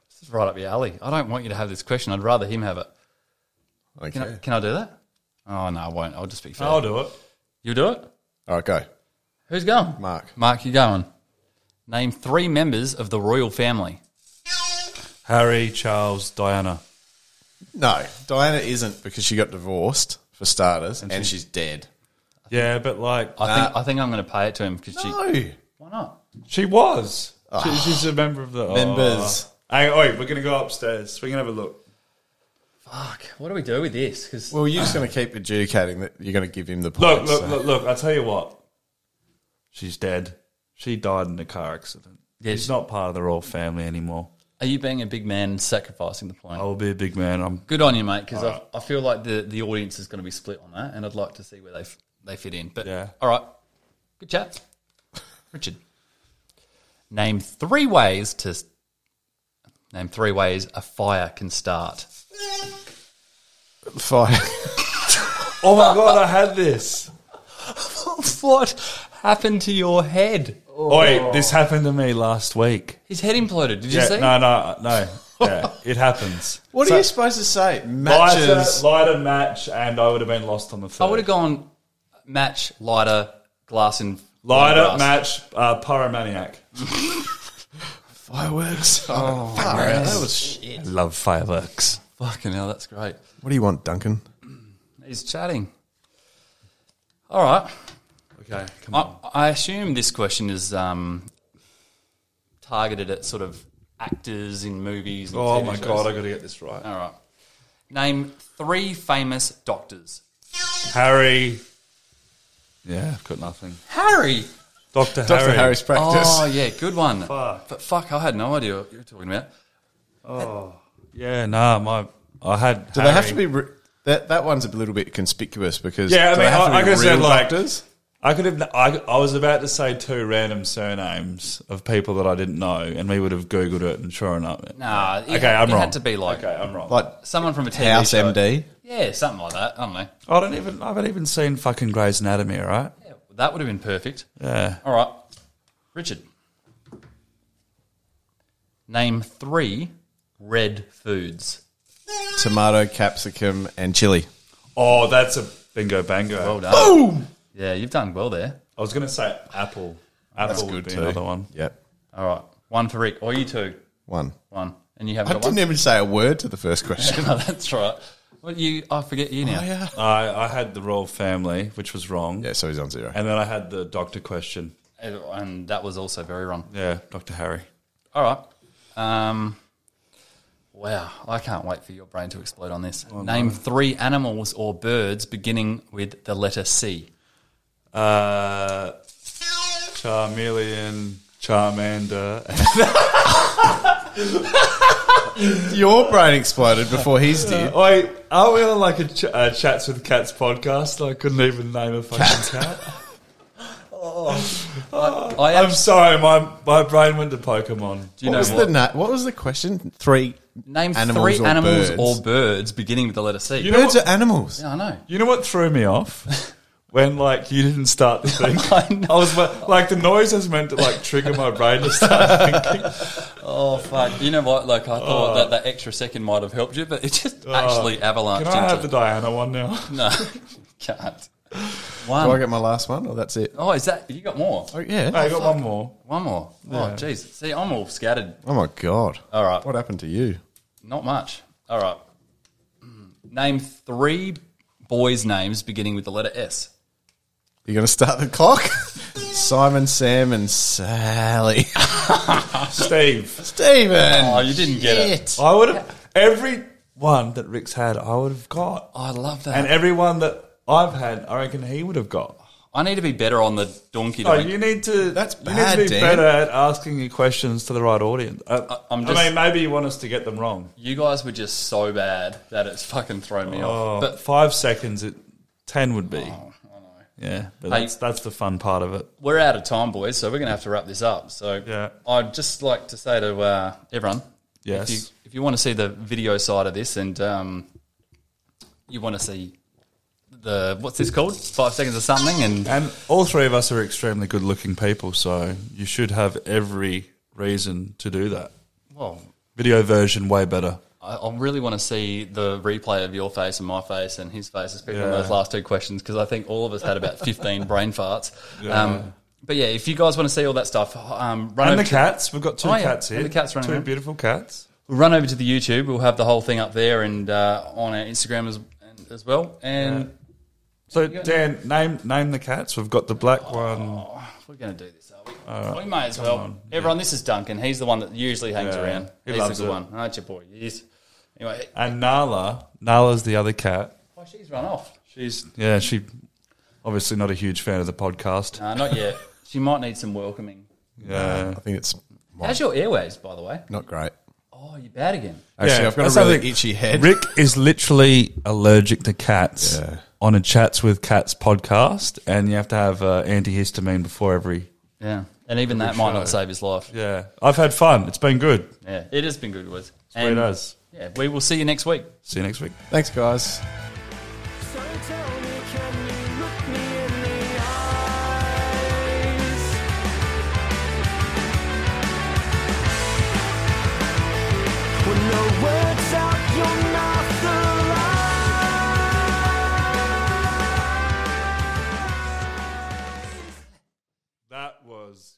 S4: This is right up your alley. I don't want you to have this question. I'd rather him have it.
S2: Okay.
S4: Can, I, can I do that? Oh, no, I won't. I'll just be fair.
S3: I'll do it.
S4: you do it?
S2: All right, go.
S4: Who's going?
S2: Mark.
S4: Mark, you going. Name three members of the royal family.
S3: Harry, Charles, Diana.
S2: No, Diana isn't because she got divorced, for starters, and, she's dead.
S3: Yeah, but like
S4: I think I think I'm going to pay it to him because she.
S2: No.
S4: Why not?
S3: she was.
S4: Ah.
S3: She, she's a member of the oh.
S2: Members.
S3: Hey, oi, we're gonna go upstairs. We're gonna have a look.
S4: Fuck. What do we do with this? Because
S2: Well, you're just going to keep adjudicating that you're going to give him the
S3: Look,
S2: point.
S3: look,
S2: so-
S3: look, look. I tell you what. She's dead. She died in a car accident.
S4: Yeah,
S3: She's
S4: she-
S3: not part of the royal family anymore.
S4: are you being a big man and sacrificing the point?
S3: I will be a big man. I'm
S4: Good on you, mate. Because I, I feel like the, the audience is going to be split on that, and I'd like to see where they f- they fit in. But
S3: Yeah.
S4: all right, good chat, Richard. Name three ways to s- name three ways a fire can start.
S2: [LAUGHS] Fire.
S3: Oh my god, I had this.
S4: what happened to your head?
S3: Oi, this happened to me last week.
S4: His head imploded. Did you
S3: Yeah,
S4: see?
S3: no, no, no. Yeah, it happens.
S2: What are you supposed to say?
S3: Lighter,
S2: Matches.
S3: lighter match, and I would have been lost on the third.
S4: I would have gone match, lighter, glass, and
S3: lighter
S4: glass.
S3: match, uh, pyromaniac.
S2: [LAUGHS] Fireworks. Oh, fuck, man, that was shit.
S3: I love fireworks.
S4: Fucking hell, that's great.
S2: What do you want, Duncan?
S4: He's chatting. All right.
S3: Okay, come on.
S4: I, I assume this question is um, targeted at sort of actors in movies. And
S3: Oh
S4: TV
S3: my
S4: shows.
S3: god, I got to get this right.
S4: All right. Name three famous doctors.
S3: Harry. Yeah, I've got nothing.
S4: Harry.
S3: Doctor
S2: Dr.
S3: Harry.
S2: Harry's practice.
S4: Oh yeah, good one.
S3: Fuck.
S4: But fuck, I had no idea what you were talking about.
S3: Yeah, nah, my I had.
S2: Do they have to be. Re- that, that one's a little bit conspicuous because.
S3: Yeah, I
S2: do they
S3: mean,
S2: have to
S3: I- I
S2: be
S3: could've said,
S2: real
S3: like-
S2: doctors?
S3: I could have. I, I was about to say two random surnames of people that I didn't know, and we would have googled it, and sure enough,
S4: Nah, it,
S3: Okay, I'm
S4: it
S3: wrong.
S4: had to be like
S3: Okay, I'm wrong.
S2: Like
S4: someone from a TV
S2: House
S4: show.
S2: MD.
S4: Yeah, something like that. I don't know.
S3: I don't even. I haven't even seen fucking Grey's Anatomy, right?
S4: Yeah, that would have been perfect.
S3: Yeah.
S4: All right, Richard. Name three red foods.
S2: Tomato, capsicum, and chili.
S3: Oh, that's a bingo bango.
S4: Well done. Boom. Yeah, you've done well there.
S3: I was going to say apple. Apple
S2: That's
S3: would
S2: good
S3: be
S2: too.
S3: another one.
S2: Yep.
S4: All right, one for Rick or you two.
S2: One.
S4: One, and you haven't
S2: I
S4: got
S2: didn't
S4: one.
S2: even say a word to the first question.
S4: No, [LAUGHS] that's right. Well, you, I forget you now.
S2: Oh, yeah.
S3: I, I had the royal family, which was wrong.
S2: Yeah, so he's on zero.
S3: And then I had the doctor question.
S4: And that was also very wrong.
S3: Yeah, Dr. Harry.
S4: All right. Um, wow, I can't wait for your brain to explode on this.
S2: Oh,
S4: Name three animals or birds beginning with the letter C.
S3: Uh, Charmeleon, Charmander. [LAUGHS]
S2: Your brain exploded before his did.
S3: Wait, are we on like a ch- uh, Chats with Cats podcast? I couldn't even name a fucking cat. [LAUGHS]
S2: Oh,
S4: I
S3: I'm
S4: am.
S3: sorry, my, my brain went to Pokemon.
S4: Do you
S2: What
S4: know
S2: was
S4: what?
S2: the na- what was the question? Three
S4: Name
S2: animals
S4: three
S2: or
S4: animals
S2: birds?
S4: or birds beginning with the letter C.
S3: You know
S2: birds
S3: what,
S2: are animals.
S4: I know.
S3: you know what threw me
S4: [LAUGHS]
S3: off? When like you didn't start the thing,
S4: I know.
S3: I was like, like the noise was meant to like trigger my brain to start thinking.
S4: Oh fuck! You know what? Like I thought that that extra second might have helped you, but it just actually avalanched
S3: Oh. Can I have
S4: into
S3: the Diana one now?
S4: [LAUGHS] no.
S3: [LAUGHS]
S4: Can't.
S2: Do I
S4: One.
S2: get my last one, or that's it?
S4: Oh, is that you got more?
S2: Oh yeah.
S3: I got one more.
S4: One more. Oh, jeez. See, I'm all scattered.
S2: Oh my god.
S4: All right.
S2: What happened to you?
S4: Not much. All right. Name three boys' names beginning with the letter S.
S2: You're going to start the clock. [LAUGHS] Simon, Sam, and Sally. [LAUGHS]
S3: Steve.
S2: Stephen.
S4: Oh, you didn't get it.
S3: I would have every one that Rick's had, I would have got.
S4: I love that.
S3: And everyone that I've had, I reckon he would have got.
S4: I need to be better on the donkey.
S3: Oh,
S4: donkey.
S3: you need to.
S2: That's
S3: you
S2: bad,
S3: need to be
S2: Dan.
S3: better at asking your questions to the right audience. I,
S4: I- I'm just-
S3: I mean, maybe you want us to get them wrong.
S4: You guys were just so bad that it's fucking thrown me
S3: Oh.
S4: off. But Oh,
S3: Five seconds, it, ten would be. Yeah, but
S4: Hey.
S3: that's that's the fun part of it.
S4: we're out of time, boys, so we're going to have to wrap this up. So
S3: Yeah.
S4: I'd just like to say to uh, everyone,
S3: Yes.
S4: if you, if you want to see the video side of this and um, you want to see the what's this called, five seconds of something, and
S3: And all three of us are extremely good-looking people, so you should have every reason to do that.
S4: well,
S3: Video version way better.
S4: I, I really want to see the replay of your face and my face and his face, especially on
S3: Yeah.
S4: those last two questions, because I think all of us had about fifteen brain farts. Um, but yeah, if you guys want to see all that stuff, um, run over
S3: And the
S4: to-
S3: cats, we've got two
S4: Oh, yeah,
S3: cats here.
S4: and the cats running
S3: two
S4: around.
S3: beautiful cats.
S4: run over to the YouTube. We'll have the whole thing up there and uh, on our Instagram as, and- as well. And
S3: So Dan, name name the cats. We've got the black one.
S4: oh, we're going to do this, are we? we may as well. Everyone, this is Duncan. He's the one that usually hangs
S3: Yeah,
S4: around.
S3: he
S4: He's
S3: loves
S4: the
S3: it.
S4: good one. Aren't you, boy? Yes. Anyway,
S3: And Nala. Nala's the other cat.
S4: oh, she's run off.
S3: She's yeah, she obviously not a huge fan of the podcast.
S4: Uh, not
S3: [LAUGHS]
S4: yet. she might need some welcoming.
S3: Yeah.
S2: I think it's
S4: How's your airways, by the way?
S2: not great.
S4: Oh, you're bad again.
S2: Actually,
S3: Yeah,
S2: I've got
S3: that's
S2: a really
S3: something-
S2: itchy head.
S3: Rick is literally allergic to cats
S2: Yeah.
S3: on a Chats with Cats podcast, and you have to have uh, antihistamine before every.
S4: Yeah. And even that might not save his life. Yeah.
S3: Yeah, I've had fun. It's been good.
S4: It has been good, Wiz.
S3: It does.
S4: Yeah, we will see you next week.
S3: See you next week.
S2: Thanks, guys.
S1: So tell me, can you look me in the eyes? When the words out your mouth are
S3: That was.